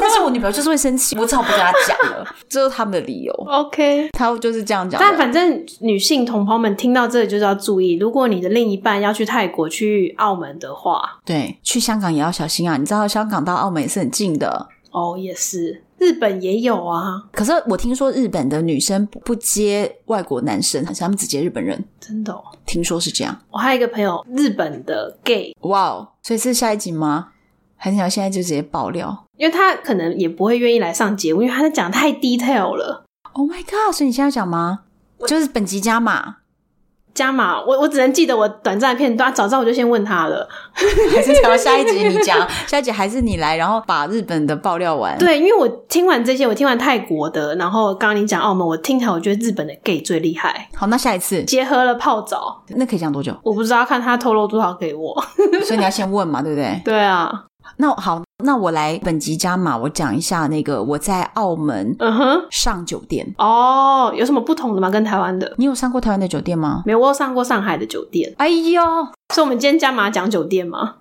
Speaker 1: 但是我女朋友就是会生气，我只好不跟她讲 了，这是他们的理由。
Speaker 2: o k
Speaker 1: 他就是这样讲的。
Speaker 2: 但反正女性同胞们听到这里就是要注意，如果你的另一半要去泰国、去澳门的话，
Speaker 1: 对，去香港也要小心啊！你知道香港到澳门也是很近的。
Speaker 2: 哦，也是，日本也有啊，
Speaker 1: 可是我听说日本的女生不不接外国男生，好像他们只接日本人，
Speaker 2: 真的、哦。
Speaker 1: 听说是这样。
Speaker 2: 我还有一个朋友，日本的 gay，
Speaker 1: 哇哦，所以是下一集吗？还是你要现在就直接爆料
Speaker 2: 因为他可能也不会愿意来上节目，因为他在讲太 detail 了。
Speaker 1: ？Oh my god！所以你现在要讲吗？就是本集加码，
Speaker 2: 加码，我我只能记得我短暂的片段，早知道我就先问他了。
Speaker 1: 还是讲下一集你 讲，下一集还是你来，然后把日本的爆料完。，
Speaker 2: 对，因为我听完这些，我听完泰国的，然后刚刚你讲澳门，我听起来我觉得日本的 gay 最厉害，
Speaker 1: 好，那下一次
Speaker 2: 结合了泡澡，
Speaker 1: 那可以讲多久？
Speaker 2: 我不知道看他透露多少给我。
Speaker 1: 所以你要先问嘛，对不对？
Speaker 2: 对啊，
Speaker 1: 那好，那我来本集加码，我讲一下那个我在澳门
Speaker 2: 嗯哼，
Speaker 1: 上酒店。
Speaker 2: 哦，有什么不同的吗？跟台湾的？
Speaker 1: 你有上过台湾的酒店吗？
Speaker 2: 没有，我有上过上海的酒店，
Speaker 1: 哎呦，
Speaker 2: 所以我们今天加码讲酒店吗？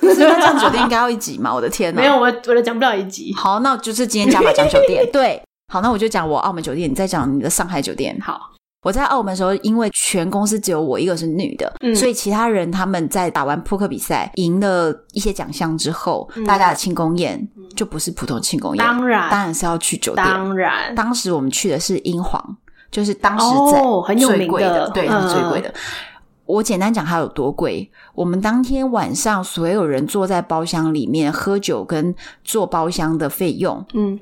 Speaker 1: 那这样酒店应该要一集嘛？我的天呐！
Speaker 2: 没有，我我的讲不了一集。
Speaker 1: 好，那就是今天加码讲酒店。 对，好，那我就讲我澳门酒店，你再讲你的上海酒店。
Speaker 2: 好，
Speaker 1: 我在澳门的时候，因为全公司只有我一个是女的，
Speaker 2: 嗯
Speaker 1: 所以其他人他们在打完扑克比赛赢了一些奖项之后，
Speaker 2: 嗯
Speaker 1: 大家的庆功宴就不是普通庆功宴，
Speaker 2: 当然，
Speaker 1: 当然是要去酒店。
Speaker 2: 当然，
Speaker 1: 当时我们去的是英皇，就是当时在
Speaker 2: 哦很有名的
Speaker 1: 最贵的，对，
Speaker 2: 嗯
Speaker 1: 是最贵的。我简单讲它有多贵。我们当天晚上所有人坐在包厢里面喝酒跟做包厢的费用，
Speaker 2: 嗯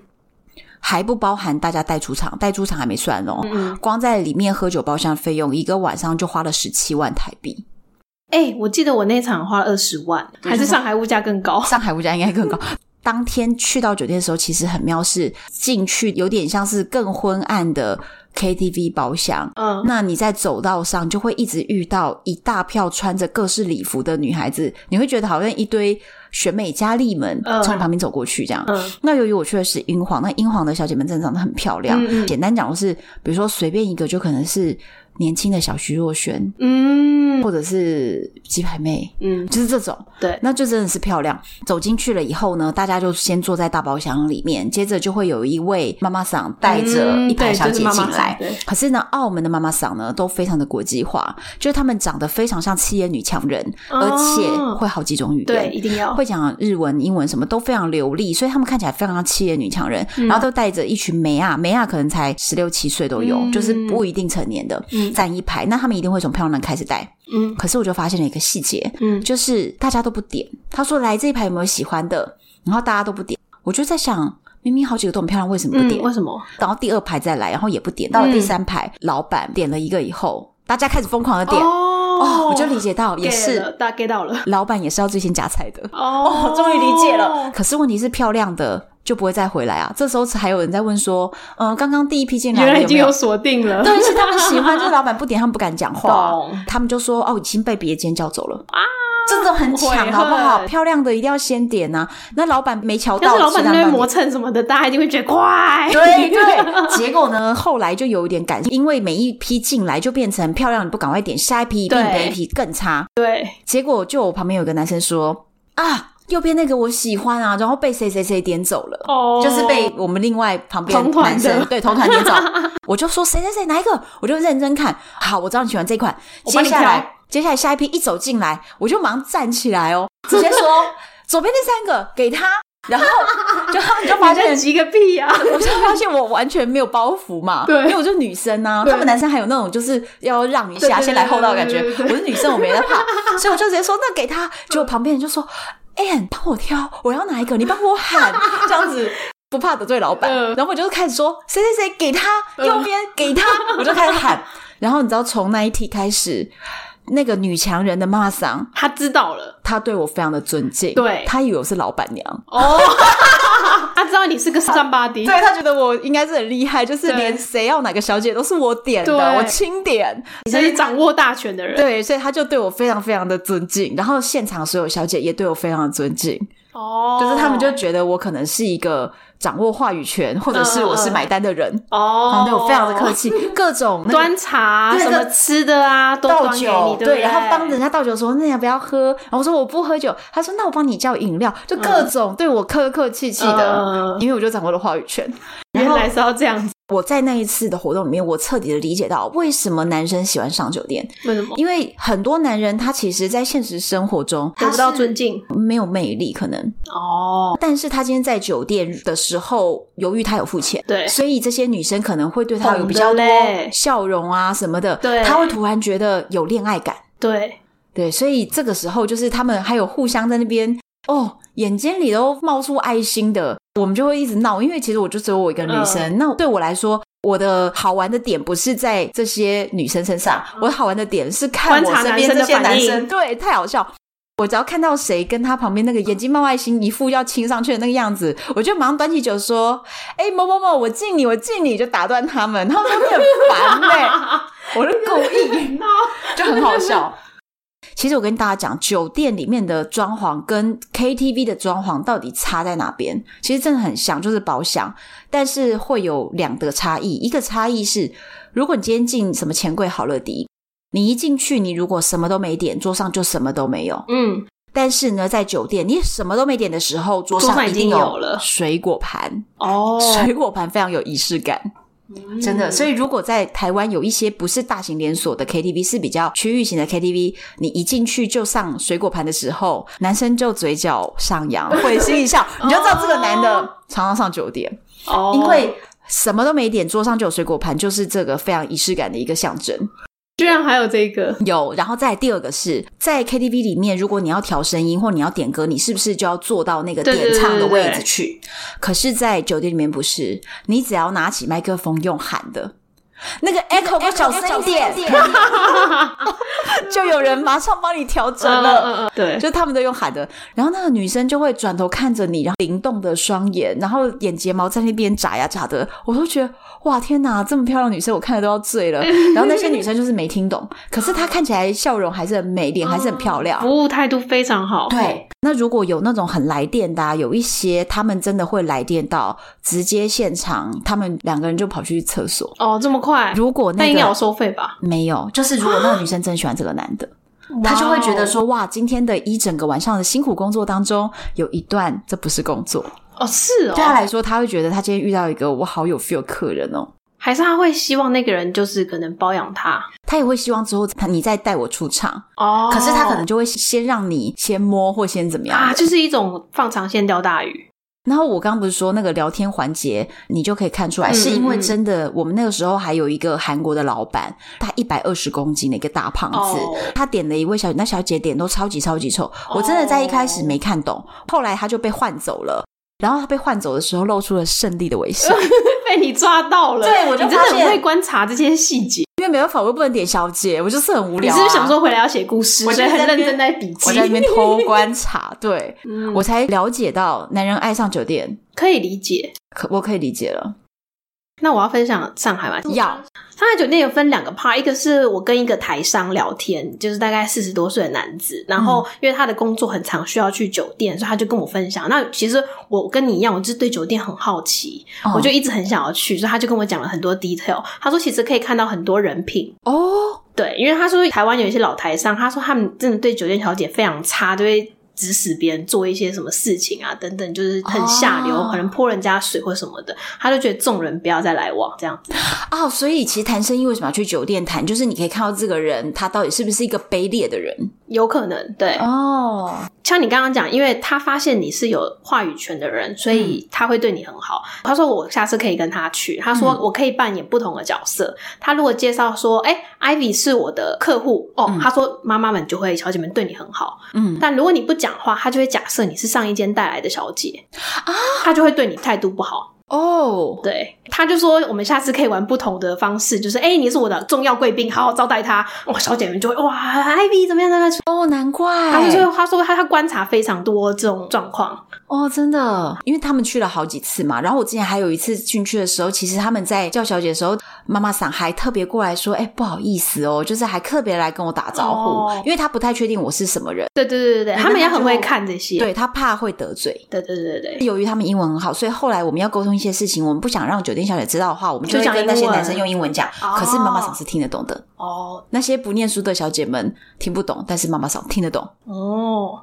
Speaker 1: 还不包含大家带出场，带出场还没算哦。
Speaker 2: 嗯嗯。
Speaker 1: 光在里面喝酒包厢费用，一个晚上就花了十七万台币。
Speaker 2: 哎、我记得我那场花了二十万，还是上海物价 更高。
Speaker 1: 上海物价应该 更高。当天去到酒店的时候，其实很妙，是进去有点像是更昏暗的 KTV 包厢，
Speaker 2: 嗯，
Speaker 1: 那你在走道上就会一直遇到一大票穿着各式礼服的女孩子，你会觉得好像一堆选美佳丽们
Speaker 2: 嗯
Speaker 1: 从你旁边走过去这样。
Speaker 2: 嗯
Speaker 1: 那由于我去的是英皇，那英皇的小姐们真的长得很漂亮。
Speaker 2: 嗯嗯
Speaker 1: 简单讲就是，比如说随便一个就可能是年轻的小徐若瑄，
Speaker 2: 嗯
Speaker 1: 或者是鸡排妹，
Speaker 2: 嗯，
Speaker 1: 就是这种。
Speaker 2: 对，
Speaker 1: 那就真的是漂亮。走进去了以后呢，大家就先坐在大包厢里面，接着就会有一位妈妈桑带着
Speaker 2: 嗯
Speaker 1: 一排
Speaker 2: 对
Speaker 1: 小
Speaker 2: 就是
Speaker 1: 姐
Speaker 2: 妈
Speaker 1: 进
Speaker 2: 妈桑
Speaker 1: 来。
Speaker 2: 对
Speaker 1: 可是呢，澳门的妈妈桑呢都非常的国际化，就是她们长得非常像七眼女强人，
Speaker 2: 哦
Speaker 1: 而且会好几种语
Speaker 2: 对，
Speaker 1: 言。
Speaker 2: 一定要
Speaker 1: 会讲日文、英文什么都非常流利，所以她们看起来非常像七眼女强人，
Speaker 2: 嗯
Speaker 1: 然后都带着一群梅亚，梅亚可能才十六七岁都有，
Speaker 2: 嗯
Speaker 1: 就是不一定成年的，
Speaker 2: 嗯
Speaker 1: 站一排，那她们一定会从漂亮的开始带。
Speaker 2: 嗯
Speaker 1: 可是我就发现了一个细节，
Speaker 2: 嗯
Speaker 1: 就是大家都不点。他说来这一排有没有喜欢的，然后大家都不点。我就在想，明明好几个都很漂亮，为什么不
Speaker 2: 嗯，
Speaker 1: 点？
Speaker 2: 为什么？
Speaker 1: 然后第二排再来，然后也不点。到了第
Speaker 2: 嗯
Speaker 1: 三排，老板点了一个以后，大家开始疯狂的点。
Speaker 2: 哦
Speaker 1: 哦，我就理解到，也
Speaker 2: get 了
Speaker 1: 是
Speaker 2: 大家 get 到了。
Speaker 1: 老板也是要最先夹菜的。
Speaker 2: 哦
Speaker 3: 哦终于理解了。
Speaker 1: 可是问题是，漂亮的就不会再回来啊。这时候还有人在问说，嗯、刚刚第一批进来
Speaker 2: 原来
Speaker 1: 的
Speaker 2: 已
Speaker 1: 有没
Speaker 2: 经有
Speaker 1: 有？
Speaker 2: 锁定 了，
Speaker 1: 对，是他们喜欢，就是老板不点，他们不敢讲话啊。
Speaker 2: 懂
Speaker 1: 他们就说：“哦，已经被别间叫走了啊，这种很抢，
Speaker 2: 悔恨
Speaker 1: 好不好？漂亮的一定要先点呐、那老板没瞧到，
Speaker 2: 要是老
Speaker 1: 其
Speaker 2: 板在
Speaker 1: 他
Speaker 2: 那边
Speaker 1: 人
Speaker 2: 磨
Speaker 1: 帮你
Speaker 2: 蹭什么的，大家一定会觉得 快。
Speaker 1: 对对，结果呢，后来就有一点感，因为每一批进来就变成漂亮，你不赶快点，下一批比
Speaker 2: 对
Speaker 1: 每一批更差。
Speaker 2: 对，
Speaker 1: 结果就我旁边有个男生说：啊，右边那个我喜欢啊，然后被谁谁谁点走了。”
Speaker 2: 哦，
Speaker 1: 就是被我们另外旁边
Speaker 2: 同团
Speaker 1: 男生
Speaker 2: 的
Speaker 1: 对同团 点走，我就说谁谁谁哪一个，我就认真看，好，我知道你喜欢这款，
Speaker 2: 我
Speaker 1: 接
Speaker 2: 帮你
Speaker 1: 下
Speaker 2: 挑
Speaker 1: 来接下来下一批一走进来，我就马上站起来 哦，直接说左边那三个给他，然后 就你就发
Speaker 2: 发现
Speaker 1: 现。
Speaker 2: 急个屁啊呀！
Speaker 1: 我就发现我完全没有包袱嘛，
Speaker 2: 对
Speaker 1: 因为我就是女生啊，
Speaker 2: 对
Speaker 1: 他们男生还有那种就是要让一
Speaker 2: 对对
Speaker 1: 下，
Speaker 2: 对
Speaker 1: 先来后到的感觉。
Speaker 2: 对对对
Speaker 1: 我
Speaker 2: 对
Speaker 1: 是女生，我没在 怕，所以我就直接说那给他。结果旁边人就说：“哎、你帮我挑，我要哪一个？你帮我喊， 这样子不怕得罪老板。
Speaker 2: 嗯
Speaker 1: 然后我就开始说：“谁谁谁给他，右 边给他。我就开始喊。然后你知道，从那一题开始，那个女强人的骂嗓，
Speaker 2: 他知道了
Speaker 1: 她对我非常的尊敬，
Speaker 2: 对
Speaker 1: 她以为我是老板娘。
Speaker 2: 哦， 他知道你是个上巴迪，
Speaker 1: 对他觉得我应该是很厉害，就是
Speaker 2: 对
Speaker 1: 连谁要哪个小姐都是我点的，
Speaker 2: 对
Speaker 1: 我清点。
Speaker 2: 你才是掌握大权的人。
Speaker 1: 对，所以他就对我非常非常的尊敬，然后现场所有小姐也对我非常的尊敬，
Speaker 2: 哦，
Speaker 1: 就是他们就觉得我可能是一个掌握话语权，或者是我是买单的人，
Speaker 2: 哦，
Speaker 1: 他们对我非常的客 气，各种那个
Speaker 2: 端茶、
Speaker 1: 对
Speaker 2: 什
Speaker 1: 那
Speaker 2: 么
Speaker 1: 个
Speaker 2: 吃的啊，都
Speaker 1: 倒
Speaker 2: 端给
Speaker 1: 酒
Speaker 2: 你，，不对？
Speaker 1: 然后帮人家倒酒说那要不要喝？然后我说我不喝酒，他说那我帮你叫饮料，就各种对我客客气气的，
Speaker 2: 嗯
Speaker 1: 因为我就掌握了话语权。
Speaker 2: 原
Speaker 1: 然后
Speaker 2: 还是要这样子？
Speaker 1: 我在那一次的活动里面，我彻底的理解到为什么男生喜欢上酒店，
Speaker 2: 为什么
Speaker 1: 因为很多男人他其实，在现实生活中
Speaker 2: 得
Speaker 1: 他
Speaker 2: 不到
Speaker 1: 是
Speaker 2: 尊敬？
Speaker 1: 没有魅力，可能，
Speaker 2: 哦，
Speaker 1: 但是他今天在酒店的时候，由于他有付钱，
Speaker 2: 对
Speaker 1: 所以这些女生可能会对他有比较
Speaker 2: 懂
Speaker 1: 多
Speaker 2: 得嘞
Speaker 1: 笑容啊什么的，
Speaker 2: 对
Speaker 1: 他会突然觉得有恋爱感。
Speaker 2: 对，
Speaker 1: 对，所以这个时候就是他们还有互相在那边哦，眼睛里都冒出爱心的，我们就会一直闹，因为其实我就只有我一个女生，
Speaker 2: 嗯
Speaker 1: 那对我来说。我的好玩的点不是在这些女生身上，我的好玩的点是看
Speaker 2: 嗯观
Speaker 1: 我
Speaker 2: 察
Speaker 1: 身
Speaker 2: 男
Speaker 1: 边
Speaker 2: 生
Speaker 1: 这
Speaker 2: 的
Speaker 1: 些
Speaker 2: 反
Speaker 1: 男
Speaker 2: 应
Speaker 1: 生，对，太好笑。我只要看到谁跟他旁边那个眼睛冒爱心，一副要亲上去的那个样子，我就马上端起酒说：“哎、某某某，我敬你，我敬你！”就打断他们，他们会很烦呢、我是故意。
Speaker 2: 闹，
Speaker 1: 就很好笑。 其实我跟大家讲，酒店里面的装潢跟 KTV 的装潢到底差在哪边？其实真的很像，就是包厢，但是会有两个差异。一个差异是，如果你今天进什么钱柜好乐迪，你一进去，你如果什么都没点，桌上就什么都没有。
Speaker 2: 嗯，
Speaker 1: 但是呢，在酒店，你什么都没点的时候，桌
Speaker 2: 桌上
Speaker 1: 上
Speaker 2: 已
Speaker 1: 一定
Speaker 2: 经有
Speaker 1: 有
Speaker 2: 了
Speaker 1: 水果盘，
Speaker 2: 哦，嗯
Speaker 1: 水果盘非常有仪式感。真的，所
Speaker 2: 以
Speaker 1: 以如果在台湾有一些不是大型连锁的 KTV，是比较区域型的 KTV，你一进去就上水果盘的时候，男生就嘴角上扬，会心一笑，你就知道这个男的常常上酒店，
Speaker 2: 哦，
Speaker 1: 因为什么都没点，桌上就有水果盘，就是这个非常仪式感的一个象征。
Speaker 2: 居然还有这个，
Speaker 1: 有，然后再来第二个是在 KTV 里面，如果你要调声音或你要点歌，你是不是就要坐到那个
Speaker 2: 对对
Speaker 1: 点唱的
Speaker 2: 对对
Speaker 1: 位
Speaker 2: 对
Speaker 1: 置去？可是，在酒店里面不是，你只要拿起麦克风用喊的。那个 echo 给我小声一点，就有人马上帮你调整了。
Speaker 2: 嗯嗯嗯，对，
Speaker 1: 就他们都用喊的，然后那个女生就会转头看着你，然后灵动的双眼，然后眼睫毛在那边眨呀眨的，我都觉得哇天哪，这么漂亮的女生我看了都要醉了。然后那些女生就是没听懂，可是她看起来笑容还是很美，脸还
Speaker 2: 哦
Speaker 1: 是很漂亮。
Speaker 2: 服务态度非常好，
Speaker 1: 对，那如果有那种很来电的、啊，有一些他们真的会来电到直接现场，他们两个人就跑去厕所。
Speaker 2: 哦，这么快，
Speaker 1: 如果
Speaker 2: 那
Speaker 1: 那
Speaker 2: 应该有
Speaker 1: 个
Speaker 2: 收费吧？
Speaker 1: 没有，就是如果那个女生真喜欢这个男的，他就会觉得
Speaker 2: 哦
Speaker 1: 说哇，今天的一整个晚上的辛苦工作当中，有一段这不是工作，
Speaker 2: 哇哦，哦是
Speaker 1: 对他啊
Speaker 2: 哦，
Speaker 1: 来说，他会觉得他今天遇到一个我好有 feel 的客人哦，
Speaker 2: 还是他会希望那个人就是可能包养他
Speaker 1: 他也会希望之后他你再带我出场，
Speaker 2: 哦，
Speaker 1: 可是他可能就会先让你先摸或先怎么样的
Speaker 2: 啊，就是一种放长线钓大鱼，
Speaker 1: 然后我刚刚不是说那个聊天环节，你就可以看出来，
Speaker 2: 嗯
Speaker 1: 是因为
Speaker 2: 嗯嗯
Speaker 1: 真的，我们那个时候还有一个韩国的老板，他一百二十公斤的一个大胖子，
Speaker 2: 哦
Speaker 1: 他点了一位小姐，那小姐点都超级超级丑，我真的在一开始
Speaker 2: 哦
Speaker 1: 没看懂，后来他就被换走了。然后他被换走的时候，露出了胜利的微 笑，
Speaker 2: 被你抓到了，
Speaker 1: 对我就
Speaker 2: 你真的
Speaker 1: 发现
Speaker 2: 很会观察这些细节。
Speaker 1: 因为没办法，我又不能点小姐，我就是很无
Speaker 2: 你
Speaker 1: 聊、啊。
Speaker 2: 是不是想说回来要写故事，
Speaker 1: 我就
Speaker 2: 所以很
Speaker 1: 在那
Speaker 2: 认
Speaker 1: 边
Speaker 2: 真在笔记？
Speaker 1: 我在那 边偷观察？对，
Speaker 2: 嗯
Speaker 1: 我才了解到男人爱上酒店，
Speaker 2: 可以理解。
Speaker 1: 可我可以理解了。
Speaker 2: 那我要分享上海嘛，
Speaker 1: 要
Speaker 2: 上海酒店有分两个 part，一个是我跟一个台商聊天，就是大概四十多岁的男子，然后因为他的工作很常需要去酒店，所以他就跟我分享。那其实我跟你一样，我就是对酒店很好奇，
Speaker 1: 哦
Speaker 2: 我就一直很想要去，所以他就跟我讲了很多 detail。他说其实可以看到很多人品，
Speaker 1: 哦，
Speaker 2: 对，因为他说台湾有一些老台商，他说他们真的对酒店小姐非常差，就会指使别人做一些什么事情啊，等等，就是很下流，
Speaker 1: 哦
Speaker 2: 可能泼人家水或什么的，他就觉得众人不要再来往这样子。
Speaker 1: 哦，所以其实谈生意为什么要去酒店谈？就是你可以看到这个人他到底是不是一个卑劣的人
Speaker 2: 有可能对，
Speaker 1: 哦。
Speaker 2: 像你刚刚讲，因为他发现你是有话语权的人，所
Speaker 1: 嗯
Speaker 2: 以他会对你很好。他说我下次可以跟他去，他说
Speaker 1: 嗯
Speaker 2: 我可以扮演不同的角色。他如果介绍说，哎、i v y 是我的客户哦，
Speaker 1: 嗯
Speaker 2: 他说妈妈们就会小姐们对你很好，
Speaker 1: 嗯，
Speaker 2: 但如果你不讲话，他就会假设你是上一间带来的小姐啊，他就会对你态度不好。
Speaker 1: 哦，
Speaker 2: 对，他就说我们下次可以玩不同的方式，就是哎、你是我的重要贵宾，好好招待他。哇，小姐们就会哇，艾比怎么样怎么样？
Speaker 1: 哦，难怪，
Speaker 2: 他就说他说他他观察非常多这种状况，
Speaker 1: 哦，真的，因为他们去了好几次嘛。然后我之前还有一次进去的时候，其实他们在叫小姐的时候，妈妈桑还特别过来说：“哎，不好意思哦，就是还特别来跟我打招呼，
Speaker 2: 哦
Speaker 1: 因为他不太确定我是什么人，
Speaker 2: 对对对对对，
Speaker 1: 对
Speaker 2: 他们也
Speaker 1: 那他
Speaker 2: 很
Speaker 1: 就
Speaker 2: 会看这些，
Speaker 1: 对他怕会得罪。”
Speaker 2: 对对对对对，
Speaker 1: 由于他们英文很好，所以后来我们要沟通一些事情，我们不想让酒店小姐知道的话，我们就
Speaker 2: 就
Speaker 1: 会
Speaker 2: 讲
Speaker 1: 跟那
Speaker 2: 英
Speaker 1: 些
Speaker 2: 文
Speaker 1: 男生用英文讲。
Speaker 2: 哦
Speaker 1: 可是妈妈桑是听得懂的，
Speaker 2: 哦
Speaker 1: 那些不念书的小姐们听不懂，但是妈妈桑听得懂。
Speaker 2: 哦。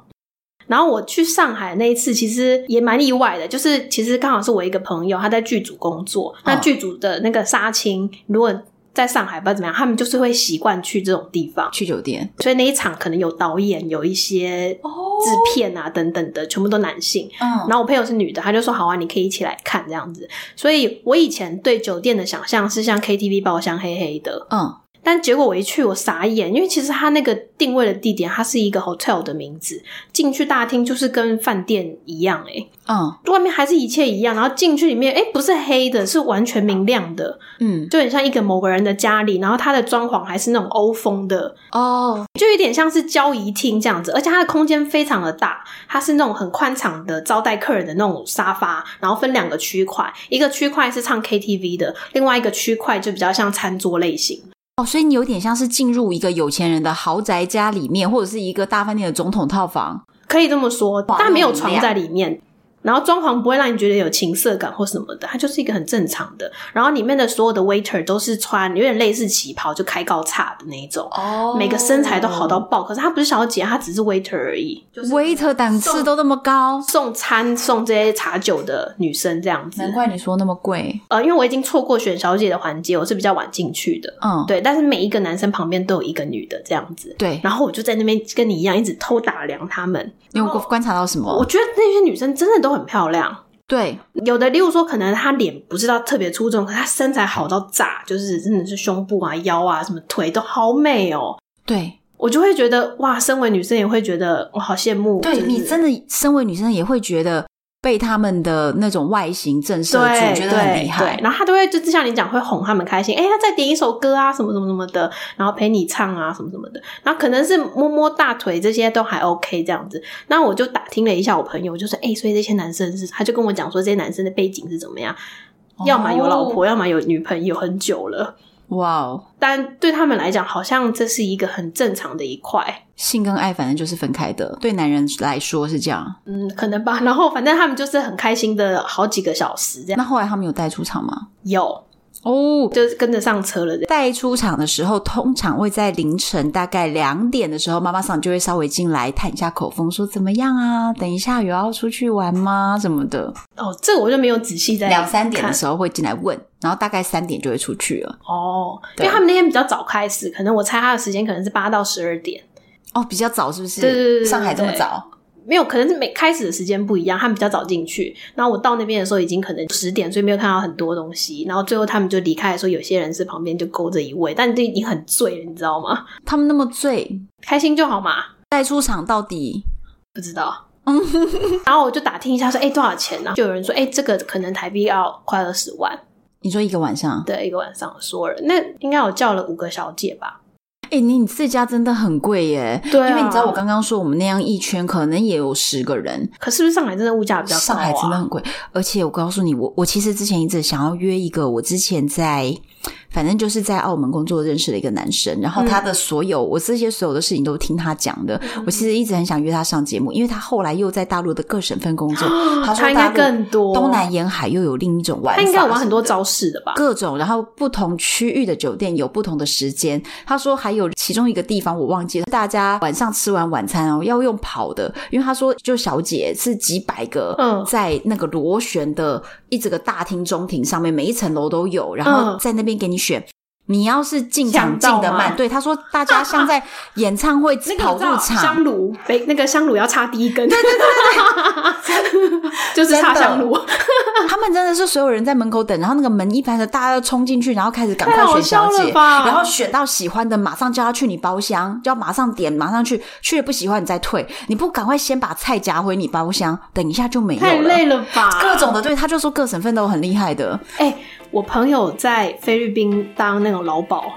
Speaker 2: 然后我去上海那一次，其实也蛮意外的，就是其实刚好是我一个朋友，他在剧组工作，
Speaker 1: 嗯
Speaker 2: 那剧组的那个杀青，如果在上海不知道怎么样，他们就是会习惯去这种地方，
Speaker 1: 去酒店，
Speaker 2: 所以那一场可能有导演，有一些
Speaker 3: 哦
Speaker 2: 制片啊等等的，全部都男性。
Speaker 3: 嗯
Speaker 2: 然后我朋友是女的，她就说好啊，你可以一起来看这样子。所以我以前对酒店的想象是像 KTV 包厢黑黑的，
Speaker 1: 嗯，
Speaker 2: 但结果我一去我傻眼，因为其实它那个定位的地点它是一个 hotel 的名字，进去大厅就是跟饭店一样诶、
Speaker 1: 嗯
Speaker 2: 外面还是一切一样，然后进去里面诶、不是黑的，是完全明亮的，
Speaker 1: 嗯，
Speaker 2: 就很像一个某个人的家里，然后它的装潢还是那种欧风的，
Speaker 1: 哦，
Speaker 2: 就有点像是交谊厅这样子，而且它的空间非常的大，它是那种很宽敞的招待客人的那种沙发，然后分两个区块，一个区块是唱 KTV 的，另外一个区块就比较像餐桌类型。
Speaker 1: 哦，所以你有点像是进入一个有钱人的豪宅家里面，或者是一个大饭店的总统套房。
Speaker 2: 可以这么说，
Speaker 3: 哇
Speaker 2: 但没有
Speaker 3: 那很
Speaker 2: 床
Speaker 3: 亮
Speaker 2: 在里面。然后装潢不会让你觉得有情色感或什么的，它就是一个很正常的。然后里面的所有的 waiter 都是穿有点类似旗袍，就开高叉的那一种，
Speaker 3: 哦
Speaker 2: 每个身材都好到爆。可是她不是小姐，她只是 waiter 而已，
Speaker 3: 就是
Speaker 1: waiter 档次都那么高，
Speaker 2: 送餐送这些茶酒的女生这样子。
Speaker 1: 难怪你说那么贵。
Speaker 2: 呃，因为我已经错过选小姐的环节，我是比较晚进去的。
Speaker 1: 嗯，
Speaker 2: 对，但是每一个男生旁边都有一个女的这样子，
Speaker 1: 对，
Speaker 2: 然后我就在那边跟你一样一直偷打量他们。
Speaker 1: 你有观察到什
Speaker 2: 我
Speaker 1: 么？
Speaker 2: 觉得那些女生真的都很漂亮，
Speaker 1: 对，
Speaker 2: 有的，例如说，可能她脸不是到特别出众，可她身材好到炸，就是真的是胸部啊、腰啊、什么腿都好美哦。
Speaker 1: 对，
Speaker 2: 我就会觉得哇，身为女生也会觉得我好羡慕。
Speaker 1: 对
Speaker 2: 就是
Speaker 1: 你真的身为女生也会觉得被他们的那种外形震慑
Speaker 2: 对
Speaker 1: 住，觉得很厉害
Speaker 2: 对。对。然后她都会就是像你讲，会哄他们开心。哎，她再点一首歌啊，什么什么什么的，然后陪你唱啊，什么什么的。然后可能是摸摸大腿这些都还 OK 这样子。那我就打听了一下我朋友，我就说哎、所以这些男生是，他就跟我讲说这些男生的背景是怎么样，要么有老
Speaker 1: 哦
Speaker 2: 婆，要么有女朋友，很久了。
Speaker 1: 哇哦，
Speaker 2: 但对他们来讲，好像这是一个很正常的一块，
Speaker 1: 性跟爱反正就是分开的，对男人来说是这样。
Speaker 2: 嗯，可能吧。然后反正他们就是很开心的好几个小时这样，
Speaker 1: 那后来他们有带出场吗？
Speaker 2: 有
Speaker 1: 哦，
Speaker 2: 就是跟着上车了这样。
Speaker 1: 带出场的时候，通常会在凌晨大概两点的时候，妈妈桑就会稍微进来探一下口风，说怎么样啊？等一下有要出去玩吗？什么的。
Speaker 2: 哦，这我就没有仔细在
Speaker 1: 两三点的
Speaker 2: 看
Speaker 1: 时候会进来问，然后大概三点就会出去了。
Speaker 2: 哦，因
Speaker 1: 对
Speaker 2: 为他们那天比较早开始，可能我猜他的时间可能是八到十二点，
Speaker 1: 哦，比较早是不是？
Speaker 2: 对对对对
Speaker 1: 上海这么早，
Speaker 2: 没有，可能是每开始的时间不一样，他们比较早进去。然后我到那边的时候已经可能十点，所以没有看到很多东西。然后最后他们就离开的时候，有些人是旁边就勾着一位，但这已经很醉了，你知道吗？
Speaker 1: 他们那么醉，
Speaker 2: 开心就 好嘛。
Speaker 1: 带出场到底
Speaker 2: 不知道。然后我就打听一下说，哎、多少钱呢、就有人说，哎、这个可能台币要快二十万
Speaker 1: 你说一个晚上？
Speaker 2: 的一个晚上。说了，那应该我叫了五个小姐吧？
Speaker 1: 哎、你你这家真的很贵耶。
Speaker 2: 对啊
Speaker 1: 因为你知道我刚刚说我们那样一圈可能也有十个人，
Speaker 2: 可是不是上海真的物价比较高、啊？
Speaker 1: 上海真的很贵，而且我告诉你，我我其实之前一直想要约一个，我之前在反正就是在澳门工作认识的一个男生，然后他的所有、我这些所有的事情都听他讲的，
Speaker 2: 嗯
Speaker 1: 我其实一直很想约他上节目，因为他后来又在大陆的各省份工作，
Speaker 2: 哦
Speaker 1: 他说
Speaker 2: 他应该
Speaker 1: 大陆
Speaker 2: 更多
Speaker 1: 东南沿海又有另一种玩
Speaker 2: 他
Speaker 1: 法，
Speaker 2: 应该有玩很多招式的吧？
Speaker 1: 各种，然后不同区域的酒店有不同的时间。他说还有其中一个地方我忘记了，大家晚上吃完晚餐哦要用跑的，因为他说就小姐是几百个，
Speaker 2: 嗯
Speaker 1: 在那个螺旋的一整个大厅中庭上面，每一层楼都有，然后
Speaker 2: 嗯
Speaker 1: 在那边给你选。你要是进场
Speaker 2: 抢到
Speaker 1: 进的慢，
Speaker 2: 吗
Speaker 1: 对他说，大家像在演唱会
Speaker 2: 那个
Speaker 1: 跑
Speaker 2: 我知
Speaker 1: 入
Speaker 2: 道
Speaker 1: 场
Speaker 2: 香，炉，北那个香炉要插第一根，对对对对 就是插香炉，
Speaker 1: 他们真的是所有人在门口等，然后那个门一开着，大家要冲进去，然后开始赶快
Speaker 2: 太好
Speaker 1: 选小
Speaker 2: 笑
Speaker 1: 姐，
Speaker 2: 了吧
Speaker 1: 然后选到喜欢的，马上叫他去你包厢，就要马上点，马上去，去了不喜欢你再退，你不赶快先把菜夹回你包厢，等一下就没有
Speaker 2: 太累
Speaker 1: 了。
Speaker 2: 了吧？
Speaker 1: 各种的，对，他就说各省份都有很厉害的，
Speaker 2: 哎、我朋友在菲律宾当那种 劳保，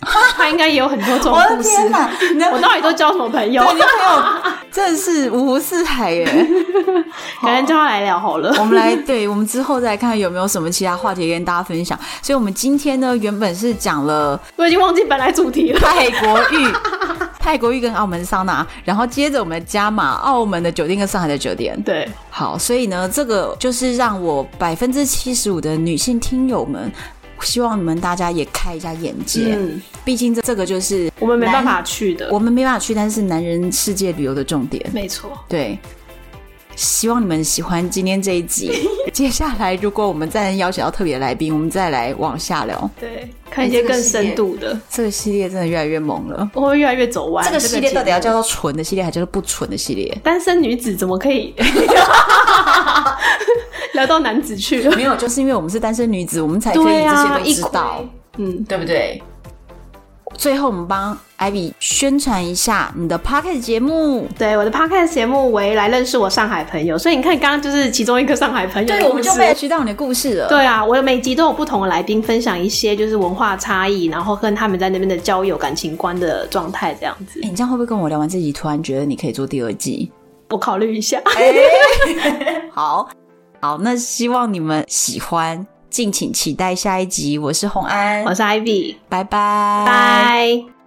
Speaker 2: 他应该也有很多这种故事。
Speaker 1: 哪！
Speaker 2: 我到底都交什么朋友？
Speaker 1: 哦对，你朋友真的是五湖四海耶。
Speaker 2: 改天叫他来聊好了。
Speaker 1: 我们来，对我们之后再看有没有什么其他话题跟大家分享。所以，我们今天呢，原本是讲了
Speaker 2: 我已经忘记本来主题了。
Speaker 1: 泰国浴， 泰国浴跟澳门桑拿，然后接着我们加码澳门的酒店跟上海的酒店。
Speaker 2: 对，
Speaker 1: 好，所以呢，这个就是让我百分之七十五的女性听友们。希望你们大家也开一下眼界，
Speaker 2: 嗯，
Speaker 1: 毕竟这这个就是
Speaker 2: 我们没办法
Speaker 1: 男，
Speaker 2: 去的
Speaker 1: 我，们没办法去，但是男人世界旅游的重点。
Speaker 2: 没错，
Speaker 1: 对，希望你们喜欢今天这一 集。接下来，如果我们再邀请到特别来宾，我们再来往下聊。
Speaker 2: 对，
Speaker 1: 哎
Speaker 2: 看一些更深度的，
Speaker 1: 这个系列真的越来越猛了。
Speaker 2: 我会越来越走弯。
Speaker 1: 哎
Speaker 3: 这个系列
Speaker 2: 节目
Speaker 3: 到底要
Speaker 1: 叫做纯的系列，还叫做不纯的系列？
Speaker 2: 单身女子怎么 可以
Speaker 3: 啊
Speaker 2: 聊到男子去 了？
Speaker 1: 没有，就是因为我们是单身女子，我们才可以
Speaker 2: 对
Speaker 1: 这
Speaker 2: 啊，
Speaker 1: 些都
Speaker 2: 一
Speaker 1: 知道
Speaker 2: 窥。，嗯，
Speaker 3: 对不对？
Speaker 1: 最后，我们帮艾比宣传一下你的 p o c k e t 节目。
Speaker 2: 对，我的 podcast 节目为来认识我上海朋友，所以你看，刚刚就是其中一个上海朋友的故事，
Speaker 3: 对我们就被
Speaker 1: 被知道你的故事了。
Speaker 2: 对啊，我每集都有不同的来宾分享一些就是文化差异，然后跟他们在那边的交友、感情观的状态这样子。
Speaker 1: 哎，你这样会不会跟我聊完这集，突然觉得你可以做第二季？
Speaker 2: 我考虑一下，
Speaker 3: 哎
Speaker 1: 好好，那希望你们喜欢，敬请期待下一集。我是红安
Speaker 2: 我，是 Ivy，
Speaker 1: 拜拜，
Speaker 2: 拜。